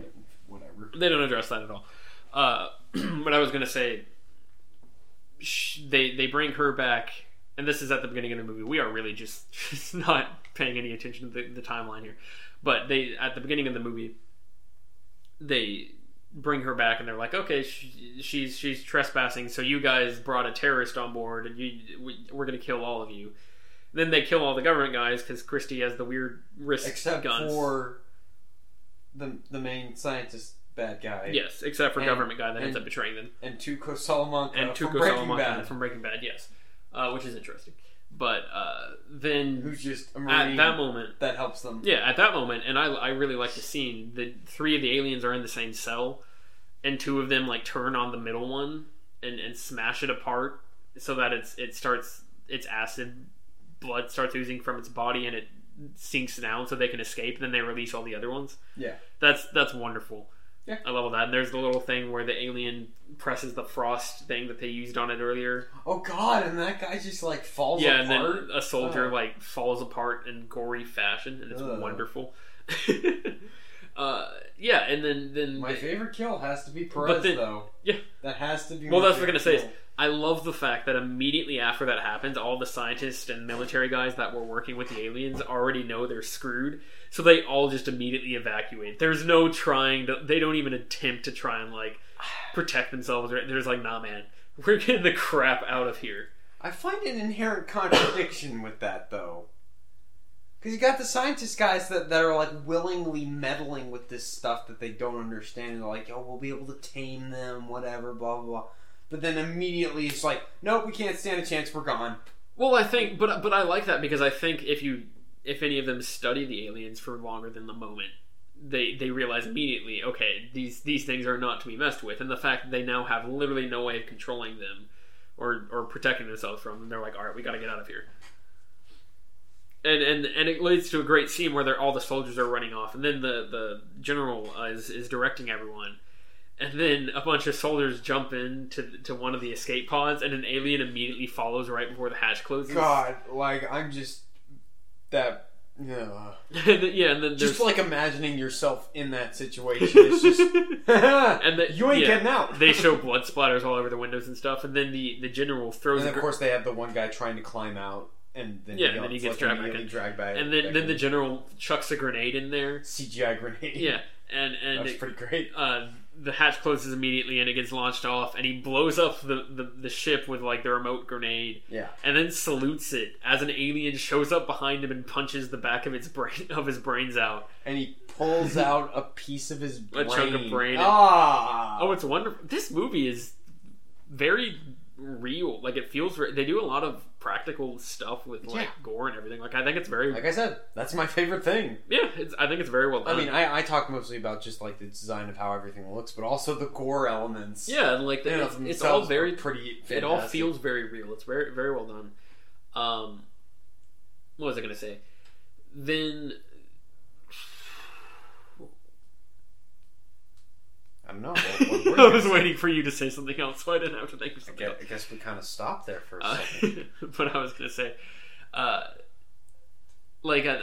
whatever.
They don't address that at all. Uh, but I was gonna say, sh- they they bring her back, and this is at the beginning of the movie. We are really just not paying any attention to the, the timeline here. But they at the beginning of the movie, they bring her back, and they're like, okay, she, she's she's trespassing. So you guys brought a terrorist on board, and you we, we're gonna kill all of you. Then they kill all the government guys because Christie has the weird wrist
except
guns.
for the the main scientist bad guy
yes, except for
And-
government guy that ends
and-
up betraying them.
and Tuco Salamanca
and
Uh, from
Tuco
Breaking
Salamanca
Bad,
from Breaking Bad, yes, uh, which is interesting. But uh, then
who's just a
at that
marine that,
moment,
helps them.
yeah, at that moment, and I, I really like the scene. The three of the aliens are in the same cell, and two of them like turn on the middle one and, and smash it apart so that it's it starts its acid blood starts oozing from its body and it sinks down so they can escape. Then they release all the other ones.
Yeah.
that's that's wonderful.
Yeah.
I love that. And there's the little thing where the alien presses the frost thing that they used on it earlier
Oh God, and that guy just like falls
yeah,
apart.
and then a soldier
Oh.
like falls apart in gory fashion, and it's
Ugh.
wonderful. uh, yeah, and then then
My
the-
favorite kill has to be Perez
then-
though.
yeah.
that has to be.
Well,
my
that's what I'm
favorite
gonna say
kill.
I love the fact that immediately after that happens, all the scientists and military guys that were working with the aliens already know they're screwed, so they all just immediately evacuate. There's no trying to; they don't even attempt to try and like protect themselves. They're just like, nah, man, we're getting the crap out of here.
I find an inherent contradiction with that though.
Because you got the scientist guys that, that are like willingly meddling with this stuff that they don't understand. And they're like, oh, we'll be able to tame them, whatever, blah, blah, blah. But then immediately it's like, nope, we can't stand a chance, we're gone.
Well, I think, but but I like that because I think if you if any of them study the aliens for longer than the moment, they they realize immediately, okay, these these things are not to be messed with, and the fact that they now have literally no way of controlling them or or protecting themselves from them, they're like, all right, we got to get out of here. And, and, and it leads to a great scene where they're, all the soldiers are running off, and then the, the general uh, is, is directing everyone, and then a bunch of soldiers jump in to, to one of the escape pods, and an alien immediately follows right before the hatch closes.
God, like I'm just that. Yeah.
And then- yeah, and then there's
Just like imagining yourself in that situation is just
and the,
you ain't
yeah,
getting out.
they show blood splatters all over the windows and stuff, and then the, the general throws a
and of
gr-
course they have the one guy trying to climb out, and then
Yeah, and then he gets dragged back
immediately
in.
dragged back.
and then,
back
then the
in.
general chucks a grenade in there.
CGI grenade.
Yeah, and and
that's
it-
pretty great.
uh, the hatch closes immediately, and it gets launched off, and he blows up the, the the ship with like the remote grenade,
Yeah,
and then salutes it as an alien shows up behind him and punches the back of its brain of his brains out.
and he pulls out a piece of his brain.
A chunk of brain.
Ah,
Oh, it's wonderful! This movie is very real. Like it feels. Re- they do a lot of practical stuff with like
Yeah.
gore and everything. Like I think it's very
like I said, that's my favorite thing.
yeah. It's, I think it's very well
I
done.
mean, I, I talk mostly about just like the design of how everything looks, but also the gore elements.
yeah, and like the,
in and
it's,
of
it's all
themselves
very
are pretty.
it all
fantastic.
feels very real. It's very very well done. Um, what was I gonna say? Then
I don't know. What, what were
I
you
was
gonna
waiting for you to say something else, so I didn't have to think of
say? I
something
guess,
else.
I guess we kind of stopped there for a
Uh,
second.
but I was gonna say, uh, like uh,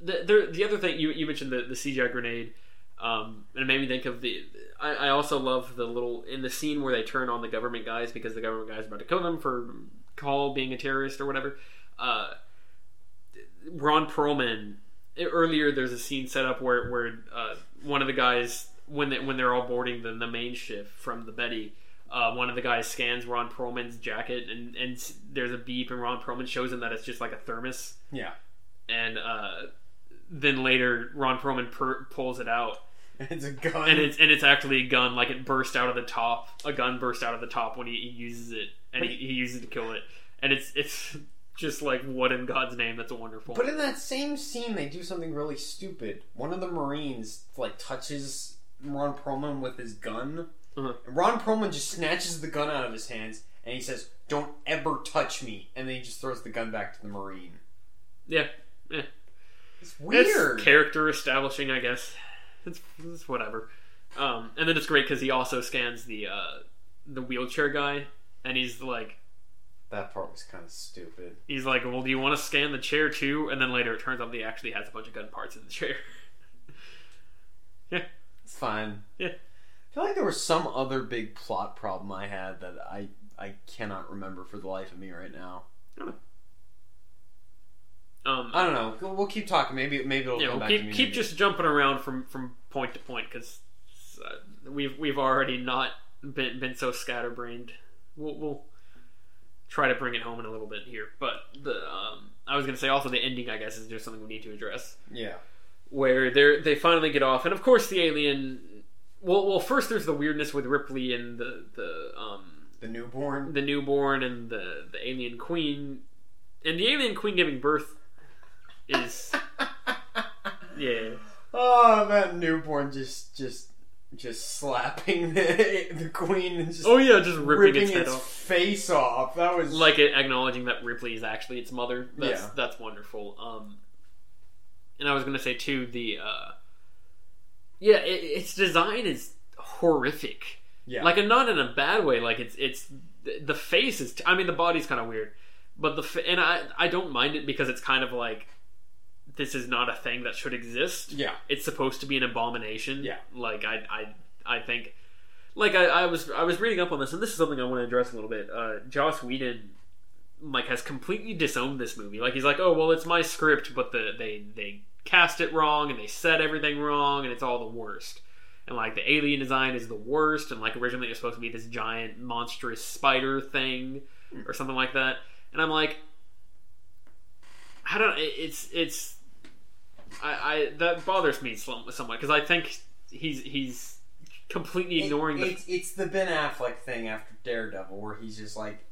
the, the the other thing you you mentioned the the CGI grenade, um, and it made me think of the. I, I also love the little in the scene where they turn on the government guys because the government guys are about to kill them for call being a terrorist or whatever. Uh, Ron Perlman e, earlier there's a scene set up where where uh, one of the guys when they, when they're all boarding the, the main ship from the Betty uh, one of the guys scans Ron Perlman's jacket and and s- there's a beep and Ron Perlman shows him that it's just like a thermos
Yeah,
and uh, then later Ron Perlman per- pulls it out
it's a gun.
and it's and it's actually a gun like it burst out of the top a gun burst out of the top when he, he uses it and he, he uses it to kill it and it's it's just like what in God's name that's a wonderful
But in that same scene, they do something really stupid. One of the Marines like touches Ron Perlman with his gun.
Uh-huh.
And Ron Perlman just snatches the gun out of his hands and he says, "Don't ever touch me!" And then he just throws the gun back to the Marine.
yeah yeah
It's weird.
It's character establishing, I guess. It's, it's whatever. Um, and then it's great because he also scans the uh, the wheelchair guy, and he's like,
that part was kind of stupid.
he's like, well, do you want to scan the chair too? And then later it turns out that he actually has a bunch of gun parts in the chair.
It's fine.
Yeah.
I feel like there was some other big plot problem I had that I I cannot remember for the life of me right now.
Um,
I don't know. We'll- We'll keep talking. Maybe maybe it'll
yeah,
come
well,
back to
keep
me.
keep
maybe.
just jumping around from from point to point because uh, we've we've already not been been so scatterbrained. We'll, we'll try to bring it home in a little bit here, but the um, I was gonna say also the ending I guess is just something we need to address
yeah.
where they they finally get off, and of course the alien. Well, well, first there's the weirdness with Ripley and the the um
The newborn.
the newborn and the the alien queen, and the alien queen giving birth is yeah.
Oh, that newborn just just just slapping the the queen and just
Oh yeah, just ripping,
ripping
its head
its
off.
face off. That was
Like it, acknowledging that Ripley is actually its mother. That's
Yeah.
that's wonderful. Um, and I was gonna say too the uh, yeah, it, its design is horrific.
yeah.
Like, and not in a bad way. Like it's it's the the face is. I mean, the body's kind of weird, but the fa- and I I don't mind it because it's kind of like this is not a thing that should exist
yeah.
it's supposed to be an abomination.
Yeah.
Like I I I think like I, I was I was reading up on this and this is something I want to address a little bit. Uh Joss Whedon like has completely disowned this movie. Like he's like, Oh well it's my script, but the they they cast it wrong and they said everything wrong and it's all the worst. And like the alien design is the worst and like originally it was supposed to be this giant monstrous spider thing or something like that. And I'm like I don't it- it's it's I, I that bothers me some- somewhat because I think he's he's completely
It-
ignoring the
it's it's the Ben Affleck thing after Daredevil, where he's just like,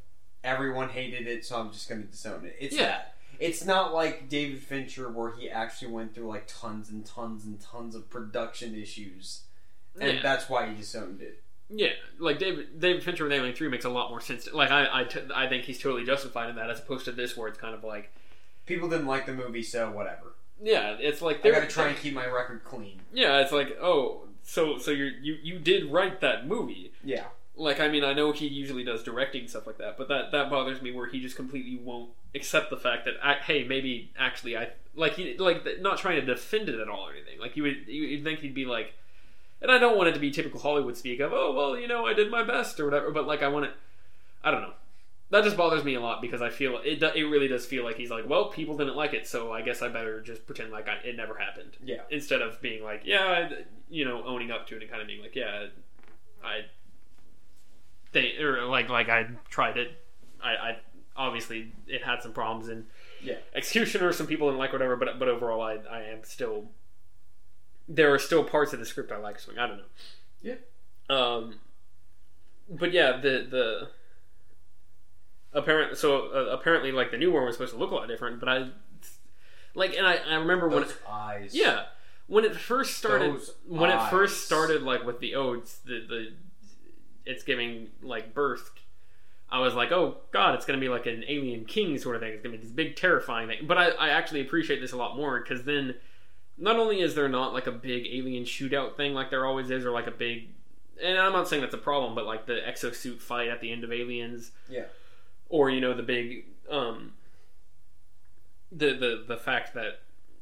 everyone hated it, so I'm just going to disown it. It's
Yeah.
that. It's not like David Fincher, where he actually went through like tons and tons and tons of production issues, and
Yeah.
that's why he disowned it.
Yeah, like David David Fincher with Alien Three makes a lot more sense. Like I I, t- I think he's totally justified in that as opposed to this where it's kind of like
People didn't like the movie, so whatever.
yeah, it's like
I
they're
gotta try and keep my record clean.
yeah, it's like oh so so you you you did write that movie.
Yeah.
Like I mean I know he usually does directing stuff like that, but that that bothers me where he just completely won't accept the fact that I, hey maybe actually I like he like th- not trying to defend it at all or anything. Like you would you- you'd think he'd be like. And I don't want it to be typical Hollywood speak of, oh, well, you know, I did my best or whatever, but like, I want it. I don't know. That just bothers me a lot because I feel it. do- It really does feel like he's like, well, people didn't like it, so I guess I better just pretend like I, it never happened.
Yeah.
Instead of being like, yeah, I- you know, owning up to it and kind of being like, yeah, I, they or like like I tried it. I, I obviously it had some problems in
Yeah.
executioner. Some people didn't like whatever, but but overall, I I am still. There are still parts of the script I like. So I don't know.
Yeah.
Um, but yeah, the the apparent so uh, apparently like the new one was supposed to look a lot different, but I like and I, I remember when
Those eyes.
yeah when it first started
Those
when it
eyes.
first started like with the odes the the it's giving like birth. I was like, oh god, it's gonna be like an alien king sort of thing. It's gonna be this big terrifying thing. But I, I actually appreciate this a lot more because then not only is there not like a big alien shootout thing like there always is, or like a big and I'm not saying that's a problem, but like the exosuit fight at the end of Aliens.
Yeah.
Or, you know, the big um the the the fact that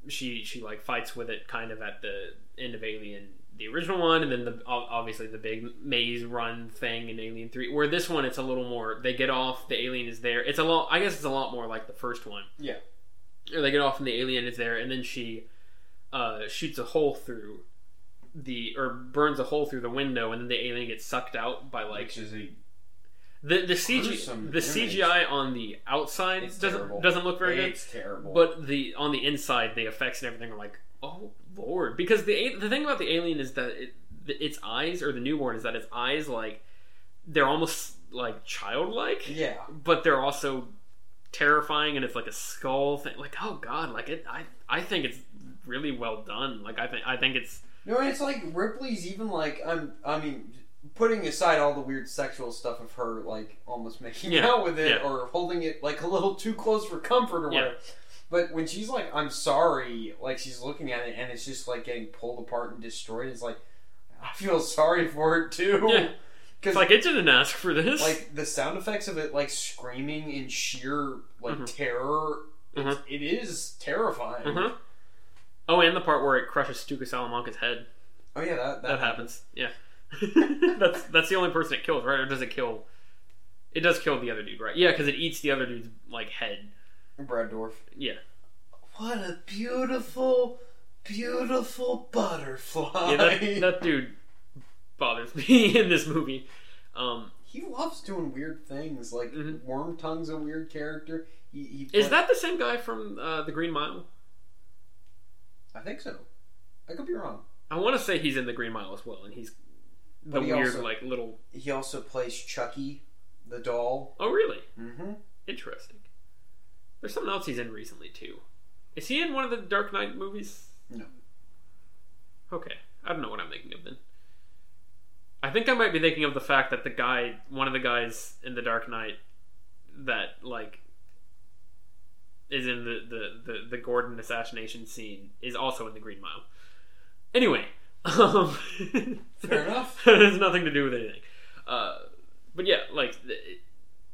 she she like fights with it kind of at the end of Alien the original one and then the ob- obviously the big maze run thing in Alien 3 where this one it's a little more they get off the alien is there it's a lot I guess it's a lot more like the first one
Yeah.
or they get off and the alien is there and then she uh, shoots a hole through the or burns a hole through the window and then the alien gets sucked out by like
Which is a
the the CG the
gruesome image.
CGI on the outside
It's
doesn't
terrible.
doesn't look very good
it's terrible.
but the on the inside the effects and everything are like oh lord because the a- the thing about the alien is that it, the, its eyes or the newborn is that its eyes like they're almost like childlike
yeah.
but they're also terrifying and it's like a skull thing like oh god like it i i think it's really well done like i think i think it's
No, and it's like Ripley's even like I'm. I mean, putting aside all the weird sexual stuff of her like almost making
Yeah,
out with it
yeah.
or holding it like a little too close for comfort or
Yeah.
whatever. But when she's like, "I'm sorry," like she's looking at it and it's just like getting pulled apart and destroyed. It's like I feel sorry for it too.
Yeah.
Because
like it didn't ask for this
like the sound effects of it like screaming in sheer like
Mhm.
terror
Mm-hmm.
it's, it is terrifying
uh-huh. oh and the part where it crushes stuka salamanca's head
oh yeah that, that,
that happens yeah that's that's the only person it kills right or does it kill it does kill the other dude right yeah because it eats the other dude's like head
brad dorf
yeah
what a beautiful beautiful butterfly
yeah that, that dude bothers me in this movie um
he loves doing weird things like
Mhm.
worm tongue's a weird character he, he
is that the same guy from uh, the green mile
i think so i could be wrong
I want to say he's in the Green Mile as well, and he's the
But he
weird,
also-
like little.
he also plays chucky the doll
Oh, really?
mm-hmm
Interesting. There's something else he's in recently too. Is he in one of the Dark Knight movies?
No.
Okay, I don't know what I'm thinking of then. I think I might be thinking of the fact that the guy, one of the guys in the Dark Knight, that like is in the the the, the Gordon assassination scene, is also in the Green Mile. Anyway, um,
Fair enough.
it has nothing to do with anything. Uh, but yeah, like th-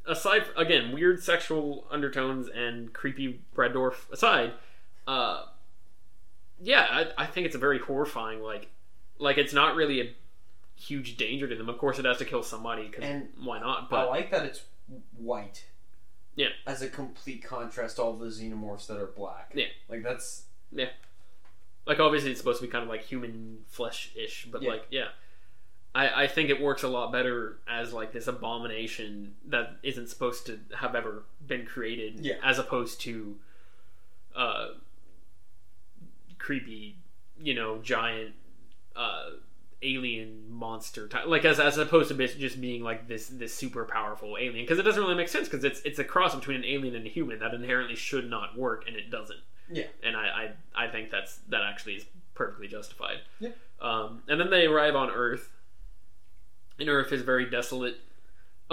aside again, weird sexual undertones and creepy Brad Dorf aside, uh, yeah, I, I think it's a very horrifying. Like, like it's not really a huge danger to them. Of course, it has to kill somebody because
And-
why not?
I
But
like that it's white.
Yeah.
As a complete contrast to all the xenomorphs that are black.
Yeah.
Like that's
like obviously it's supposed to be kind of like human flesh ish, but
Yeah.
like yeah. I, I think it works a lot better as like this abomination that isn't supposed to have ever been created
Yeah.
as opposed to uh creepy, you know, giant uh, alien monster type, like as as opposed to bas- just being like this this super powerful alien because it doesn't really make sense because it's it's a cross between an alien and a human that inherently should not work and it doesn't.
Yeah.
and I I, I think that's that actually is perfectly justified.
Yeah.
Um, and then they arrive on Earth, and Earth is very desolate.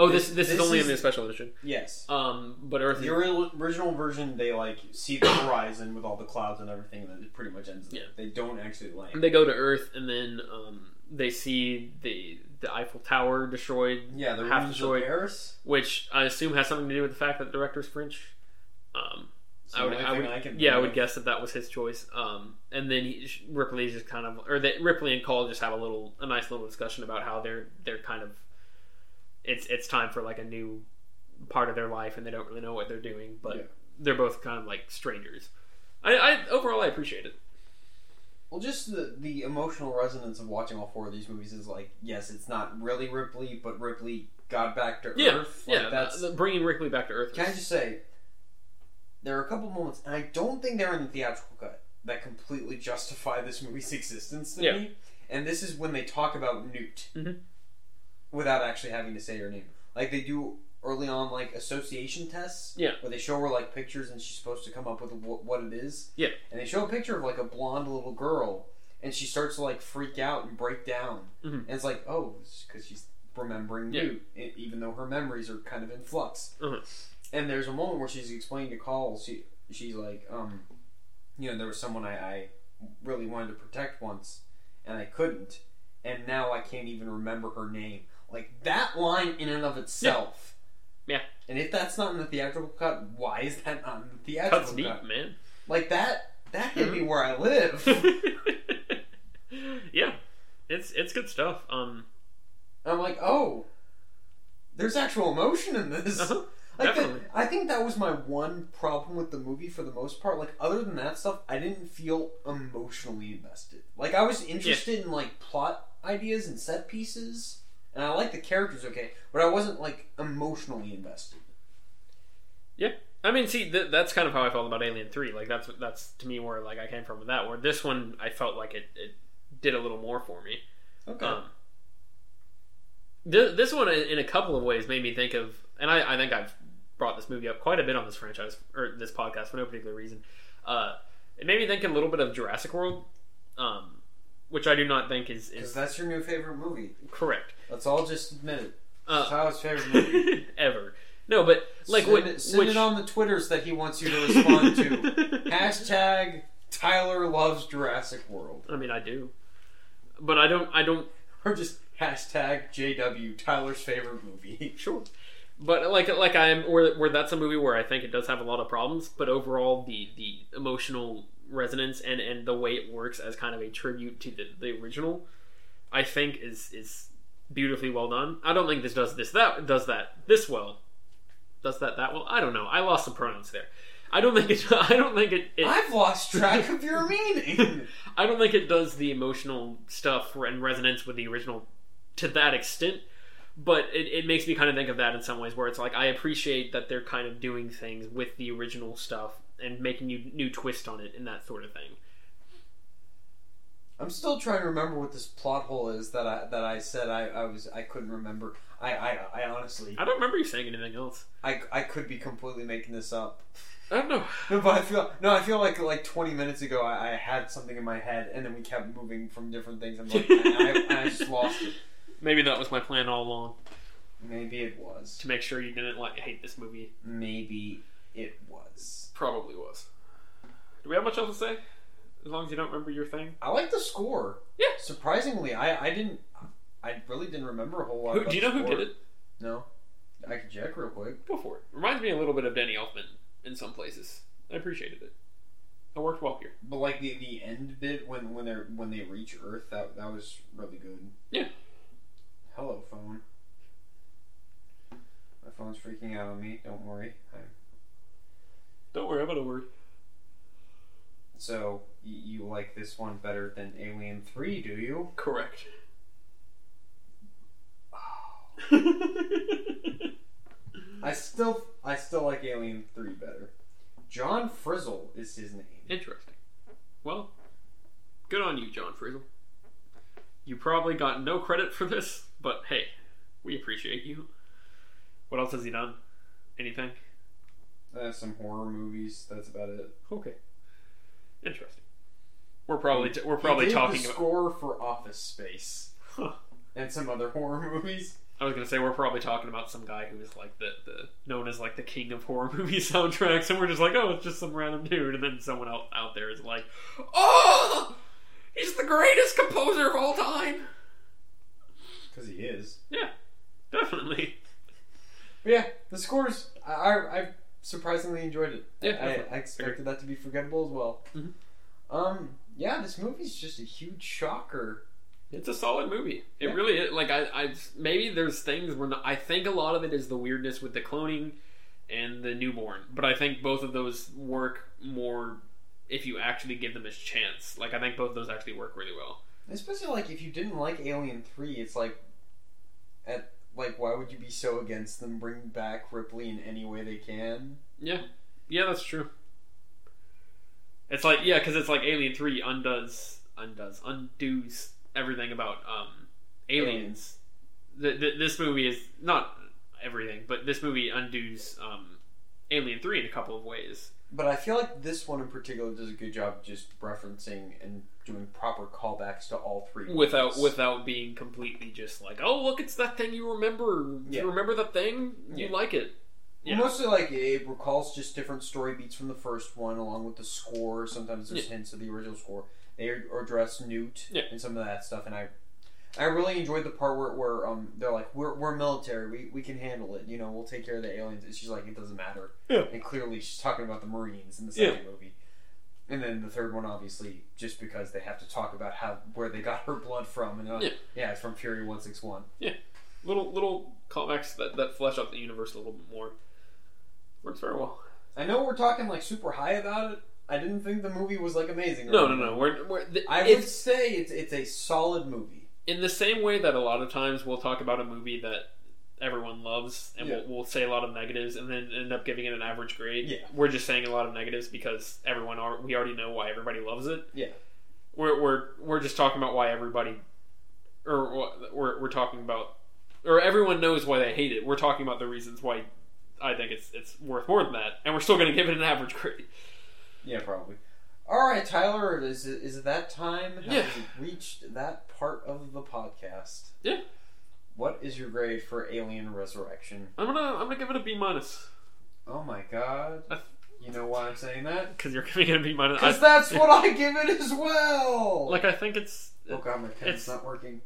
Oh, this
This-
this,
this
is only
is-
in the special edition.
Yes.
Um, but Earth
The
is
ori- original version, they like see the horizon with all the clouds and everything, and it pretty much ends there.
Yeah.
They don't actually land.
They go to Earth, and then um, they see the the Eiffel Tower destroyed,
yeah, the
half
ruins of
destroyed.
Paris.
which I assume has something to do with the fact that the director's French. Um,
It's the
I would,
only
I
thing
would-
I can
yeah, I
think
would
of.
guess that that was his choice. Um, and then he, Ripley just kind of, or that Ripley and Cole just have a little, a nice little discussion about how they're they're kind of, it's it's time for like a new part of their life, and they don't really know what they're doing, but
Yeah.
they're both kind of like strangers. I, I overall I appreciate it.
Well, just the, the emotional resonance of watching all four of these movies is like, yes, it's not really Ripley, but Ripley got back to
Yeah,
Earth. Like,
yeah,
that's.
the- bringing Ripley back to Earth.
Can I
was-
just say, there are a couple moments, and I don't think they're in the theatrical cut, that completely justify this movie's existence to
Yeah.
me. And this is when they talk about Newt
Mhm.
without actually having to say her name. Like they do early on, like association tests.
Yeah.
Where they show her like pictures, and she's supposed to come up with wh- what it is.
Yeah.
And they show a picture of like a blonde little girl, and she starts to like freak out and break down.
Mhm.
And it's like, oh, because she's remembering
Yeah.
Newt, e- even though her memories are kind of in flux.
Mhm.
And there's a moment where she's explaining to Call, she she's like, um, you know, there was someone I, I really wanted to protect once, and I couldn't, and now I can't even remember her name. Like that line in and of itself.
Yeah.
And if that's not in the theatrical cut, why is that not in the theatrical
cuts
cut?
deep, Mm-hmm. man.
Like that. That hit me where I live.
yeah, it's it's good stuff. Um,
I'm like, oh, there's actual emotion in this.
uh-huh.
Like the-
Definitely.
I think that was my one problem with the movie for the most part. Like other than that stuff, I didn't feel emotionally invested. Like I was interested in like plot ideas and set pieces, and I liked the characters okay, but I wasn't like emotionally invested.
I mean, see, th- that's kind of how I felt about Alien Three. Like that's that's to me where like I came from with that. Where this one, I felt like it, it did a little more for me.
Okay.
Um, th- this one, in in a couple of ways, made me think of, and I, I think I've brought this movie up quite a bit on this franchise or this podcast for no particular reason. Uh, it made me think a little bit of Jurassic World, um, which I do not think is
Because
is
that's your new favorite movie.
correct.
Let's all just admit it. It's
Uh,
Kyle's favorite movie.
ever. No, but like
send,
what?
it, send
which-
it on the twitters that he wants you to respond to. Hashtag Tyler loves Jurassic World.
I mean, I do, but I don't. I don't.
Or just hashtag JW Tyler's favorite movie.
Sure, but like, like I'm where where that's a movie where I think it does have a lot of problems, but overall the the emotional resonance and and the way it works as kind of a tribute to the, the original, I think is is beautifully well done. I don't think this does this that does that this well, does that that well. I don't know. I lost some pronouns there. I don't think it. I don't think it. it
I've lost track of your meaning.
I don't think it does the emotional stuff and resonance with the original to that extent, but it, it makes me kind of think of that in some ways, where it's like I appreciate that they're kind of doing things with the original stuff and making you new twist on it and that sort of thing.
I'm still trying to remember what this plot hole is that I that I said I, I was I couldn't remember. I I, I honestly
I don't remember you saying anything else.
I, I could be completely making this up.
I don't know.
No, but I feel no. I feel like like 20 minutes ago I, I had something in my head and then we kept moving from different things. I'm like and I, and I just lost it.
Maybe that was my plan all along
Maybe it was.
to make sure you didn't like hate this movie.
Maybe it was.
Probably was. Do we have much else to say? As long as you don't remember your thing.
I like the score.
Yeah.
Surprisingly, I I didn't. I really didn't remember a whole lot.
Who,
about
do you
the
know who
score.
did it?
No. I can check real quick.
Go for it. Reminds me a little bit of Danny Elfman in some places. I appreciated it. I worked well here.
But like the, the end bit when when they are when they reach Earth, that that was really good.
Yeah.
Hello, phone. My phone's freaking out on me. Don't worry. i
Don't worry, I'm gonna worry.
so y- you like this one better than Alien Three, do you?
Correct. Mm.
I still I still like Alien Three better. John Frizzle is his name.
Interesting. Well, Good on you, John Friesel. You probably got no credit for this, but hey, we appreciate you. What else has he done? Anything?
Uh, some horror movies. That's about it.
Okay. Interesting. We're probably we're
He
probably
did
talking
the
about.
score for Office Space
Huh.
and some other horror movies.
I was gonna say we're probably talking about some guy who is like the, the known as like the king of horror movie soundtracks, and we're just like, oh, it's just some random dude, and then someone out out there is like, oh, he's the greatest composer of all time.
Because he is.
Definitely.
But yeah, the scores. I I, I surprisingly enjoyed it.
Yeah,
I,
definitely.
I expected that to be forgettable as well.
Mhm.
Um. Yeah, this movie's just a huge shocker.
It's a solid movie. It
Yeah.
really is. Like I, I maybe there's things where not, I think a lot of it is the weirdness with the cloning and the newborn, but I think both of those work more if you actually give them a chance. Like I think both of those actually work really well.
Especially like if you didn't like Alien Three, it's like, at like why would you be so against them bringing back Ripley in any way they can?
Yeah, that's true. It's like yeah, because it's like Alien Three undoes, undoes, undoes everything about um aliens. Th- th- this movie is not everything, but this movie undoes um Alien Three in a couple of ways.
But I feel like this one in particular does a good job just referencing and doing proper callbacks to all three
without
movies.
without being completely just like, oh look, it's that thing you remember.
Yeah.
You remember that thing?
Yeah.
You like it? Yeah.
Mostly like it recalls just different story beats from the first one, along with the score. Sometimes there's hints of the original score. They address Newt
Yeah.
and some of that stuff, and I, I really enjoyed the part where, where um they're like we're, we're military, we, we can handle it, you know, we'll take care of the aliens. And she's like it doesn't matter,
Yeah.
and clearly she's talking about the Marines in the
Yeah.
second movie, and then the third one obviously just because they have to talk about how where they got her blood from, and they're like, yeah.
Yeah.
it's from Fury One Six One.
Little little callbacks that that flesh out the universe a little bit more. Works very well.
I know we're talking like super high about it. I didn't think the movie was like amazing. or
No, no,
anything.
no. We're, we're th-
I would
it's
say it's it's a solid movie.
in the same way that a lot of times we'll talk about a movie that everyone loves and
Yeah.
we'll, we'll say a lot of negatives and then end up giving it an average grade.
Yeah.
We're just saying a lot of negatives because everyone are, we already know why everybody loves it.
Yeah.
We're we're we're just talking about why everybody or wha- we're we're talking about or everyone knows why they hate it. We're talking about the reasons why I think it's it's worth more than that and we're still going to give it an average grade.
Yeah, probably. All right, Tyler, is it, is it that time? Have
Yeah.
we reached that part of the podcast?
Yeah.
What is your grade for Alien Resurrection?
I'm going to I'm going to give it a B minus
Oh my god.
I-
You know why I'm saying that?
cuz you're giving it a B minus.
Because
I-
that's what I give it as well!
Like I think it's
oh god, my pen's
it's-
not working.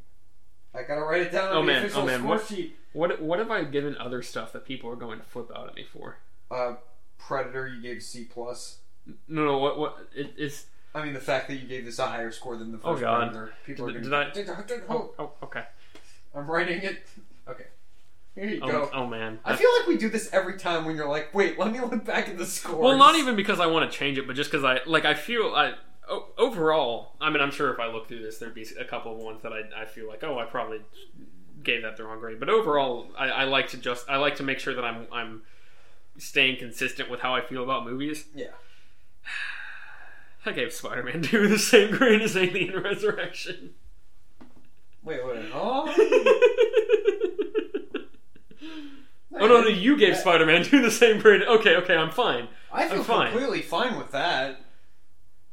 I gotta write it down on
Oh
the
man,
official
oh man,
score
what-
sheet.
What what have I given other stuff that people are going to flip out at me for?
Uh, Predator, you gave C plus.
No, no. What what it, it's
I mean, the fact that you gave this a higher score than the
Oh,
first
God.
Predator, people
Did-
are
did I-
gonna. I?
oh, oh okay.
I'm writing it. Okay. Here you
Oh,
go.
oh man.
I feel like we do this every time when you're like, wait, let me look back at the score.
well, not even because I want to change it, but just because I like I feel I o- overall. I mean, I'm sure if I look through this, there'd be a couple of ones that I I feel like oh I probably gave that the wrong grade. But overall, I, I like to just I like to make sure that I'm I'm staying consistent with how I feel about movies.
Yeah.
I gave Spider-Man 2 the same grade as Alien Resurrection.
Wait, wait, huh?
Oh no, no, you gave Spider-Man 2 the same grade. Okay, okay, I'm fine.
I feel
I'm fine.
completely fine with that.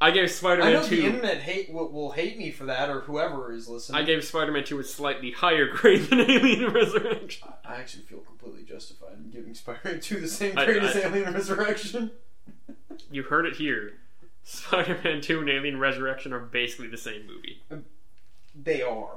I gave
I know
Spider-Man
the
2.
internet hate will, will hate me for that, or whoever is listening.
I gave Spider-Man 2 a slightly higher grade than Alien Resurrection.
I actually feel completely justified in giving Spider-Man 2 the same
I-
grade as
I-
Alien Resurrection.
You heard it here. Spider-Man 2 and Alien Resurrection are basically the same movie.
They are.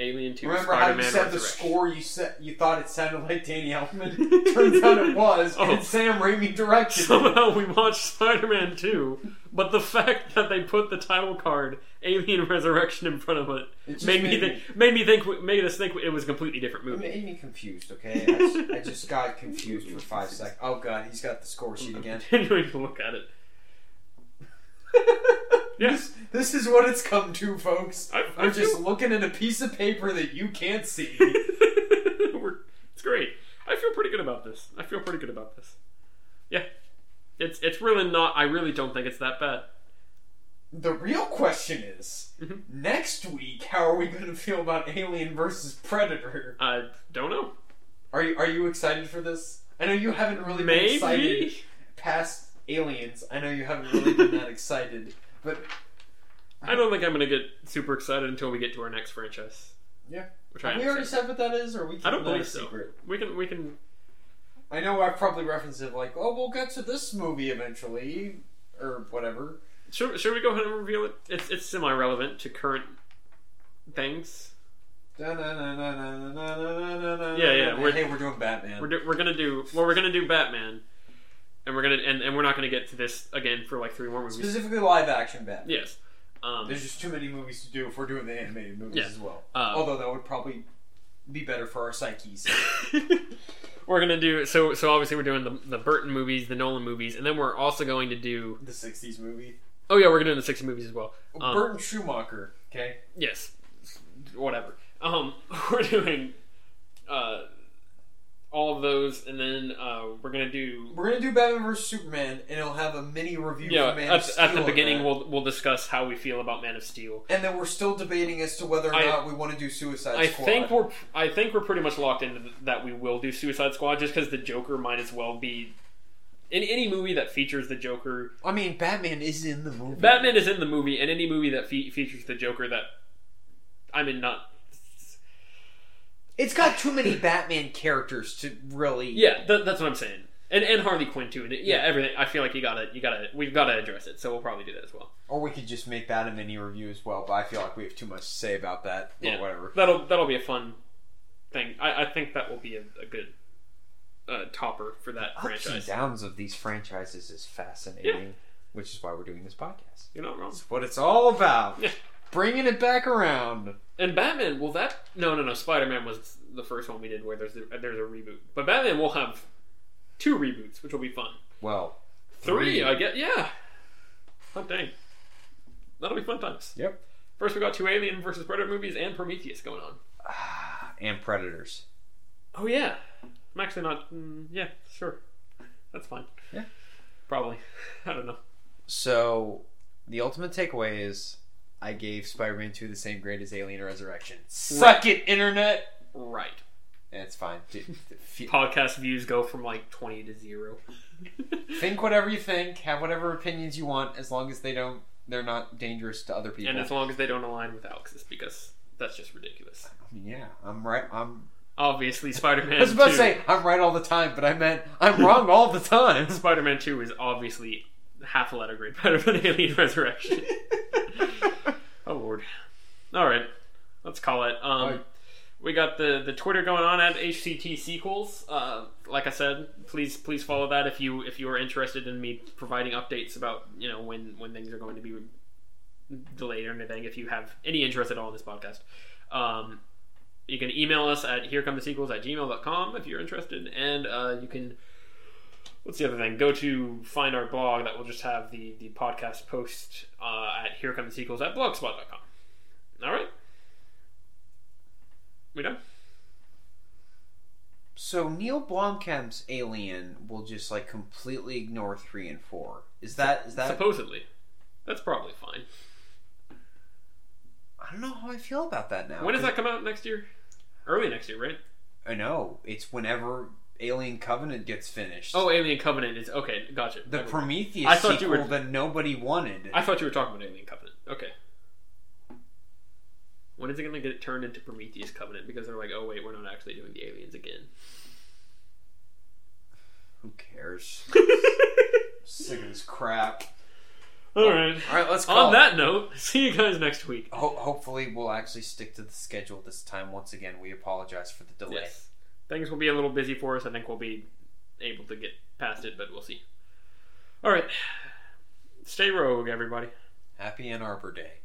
Alien 2,
Remember how you
Spider-Man
said the
Resurrection.
score you said you thought it sounded like Danny Elfman? Turns out it was,
Oh.
and Sam Raimi directed. it.
Somehow we watched Spider-Man 2, but the fact that they put the title card Alien Resurrection in front of it,
It just
made, me
made
think, made me think made us think it was a completely different
It
movie.
made me confused, okay? I just, I just got confused for five seconds. Oh god, he's got the score sheet again.
Continuing to look at it.
This, this is what it's come to, folks.
I- I
I'm just
feel-
looking at a piece of paper that you can't see.
We're, it's great. I feel pretty good about this. I feel pretty good about this. Yeah, it's it's really not. I really don't think it's that bad.
The real question is
Mhm.
next week, how are we going to feel about Alien versus Predator?
I don't know.
Are you, are you excited for this? I know you haven't really been excited
Maybe.
past Aliens. I know you haven't really been that excited. But
I don't think I'm going to get super excited until we get to our next franchise.
Yeah.
Which I
have we already
understand.
said what that is, or we keep
I don't
that a
believe so.
secret?
We can we can
I know I've probably referenced it like, oh, we'll get to this movie eventually, or whatever.
should, should we go ahead and reveal it? It's it's semi relevant to current things.
Yeah,
Yeah, yeah,
yeah.
we're-
hey, we're doing Batman.
We're, do, we're gonna do well. We're gonna do Batman, and we're gonna and, and we're not gonna get to this again for like three more movies.
Specifically live action Batman.
Yes. Um,
There's just too many movies to do if we're doing the animated movies
Yeah.
as well.
uh,
Although that would probably be better for our psyches. Oh.
we're gonna do so. So obviously we're doing the, the Burton movies, the Nolan movies, and then we're also going to do.
the 60s movie.
Oh yeah, we're gonna do the six movies as well. Um,
Burton Schumacher, okay?
Yes, whatever. Um, we're doing uh, all of those, and then uh, we're gonna do
We're going to do Batman vs. Superman, and it'll have a mini review
yeah.
of Man of
At,
Steel
at the
on
beginning,
that.
we'll we'll discuss how we feel about Man of Steel.
And then we're still debating as to whether or
I-
not we want to do Suicide
I
Squad.
think we're I think we're pretty much locked into th- that we will do Suicide Squad just because the Joker might as well be in any movie that features the Joker.
I mean, Batman is in the movie.
Batman is in the movie, and any movie that fe- features the Joker that I mean, not
It's got too many Batman characters to really.
Yeah, th- that's what I'm saying. And and Harley Quinn too. And it- yeah, everything. I feel like you gotta you gotta we've gotta address it. So we'll probably do that as well.
Or we could just make that a mini review as well, but I feel like we have too much to say about that
Yeah.
or whatever.
That'll that'll be a fun thing. I, I think that will be a, a good uh, topper for that
Ups and
franchise.
downs of these franchises is fascinating, which is why we're doing this podcast.
You're not wrong.
It's what it's all about.
Yeah.
Bringing it back around.
And Batman. Will that? No, no, no. Spider Man was the first one we did where there's a, there's a reboot. But Batman will have two reboots, which will be fun.
Well,
Three,
Three.
I get. Yeah. Oh dang. That'll be fun times.
Yep.
First, we got two Alien versus Predator movies and Prometheus going on.
and predators.
Oh yeah, I'm actually not. Mm, yeah, sure, that's fine.
Yeah.
probably. I don't know.
So, the ultimate takeaway is I gave Spider-Man 2 the same grade as Alien Resurrection. Suck it, internet.
Right.
It's fine. D- f-
Podcast views go from like twenty to zero.
think whatever you think. Have whatever opinions you want, as long as they don't. They're not dangerous to other people.
and as long as they don't align with Alex's, because that's just ridiculous.
yeah, I'm right. I'm.
Obviously, Spider-Man.
I was about
2,
to say I'm right all the time, but I meant I'm wrong all the time.
Spider-Man Two is obviously half a letter grade better than Alien Resurrection. oh lord. All right, let's call it. Um,
Alright.
We got the the Twitter going on at HCT sequels. Uh, like I said, please please follow that if you if you are interested in me providing updates about you know when when things are going to be delayed or anything. If you have any interest at all in this podcast. Um, you can email us at herecomethesequels at gmail.com if you're interested. And uh, you can, what's the other thing? Go to find our blog that will just have the, the podcast post uh, at herecomethesequels at blogspot.com. All right. We done?
So Neil Blomkamp's Alien will just like completely ignore three and four. Is that is that?
Supposedly. That's probably fine.
I don't know how I feel about that now.
When does that come out next year? Early next year, right?
I know it's whenever Alien Covenant gets finished.
Oh, Alien Covenant is okay. Gotcha.
the
Never mind.
Prometheus
I thought you
sequel
were-
that nobody wanted.
I thought you were talking about Alien Covenant. Okay. When is it going to get turned into Prometheus Covenant? Because they're like, oh wait, we're not actually doing the aliens again.
Who cares?
Sick of this crap.
All right.
All right, let's call.
On that note, see you guys next week.
it. Ho- hopefully, we'll actually stick to the schedule this time. Once again, we apologize for the delay.
Yes. Things will be a little busy for us. I think we'll be able to get past it, but we'll see. All right. Stay rogue, everybody.
Happy Ann Arbor Day.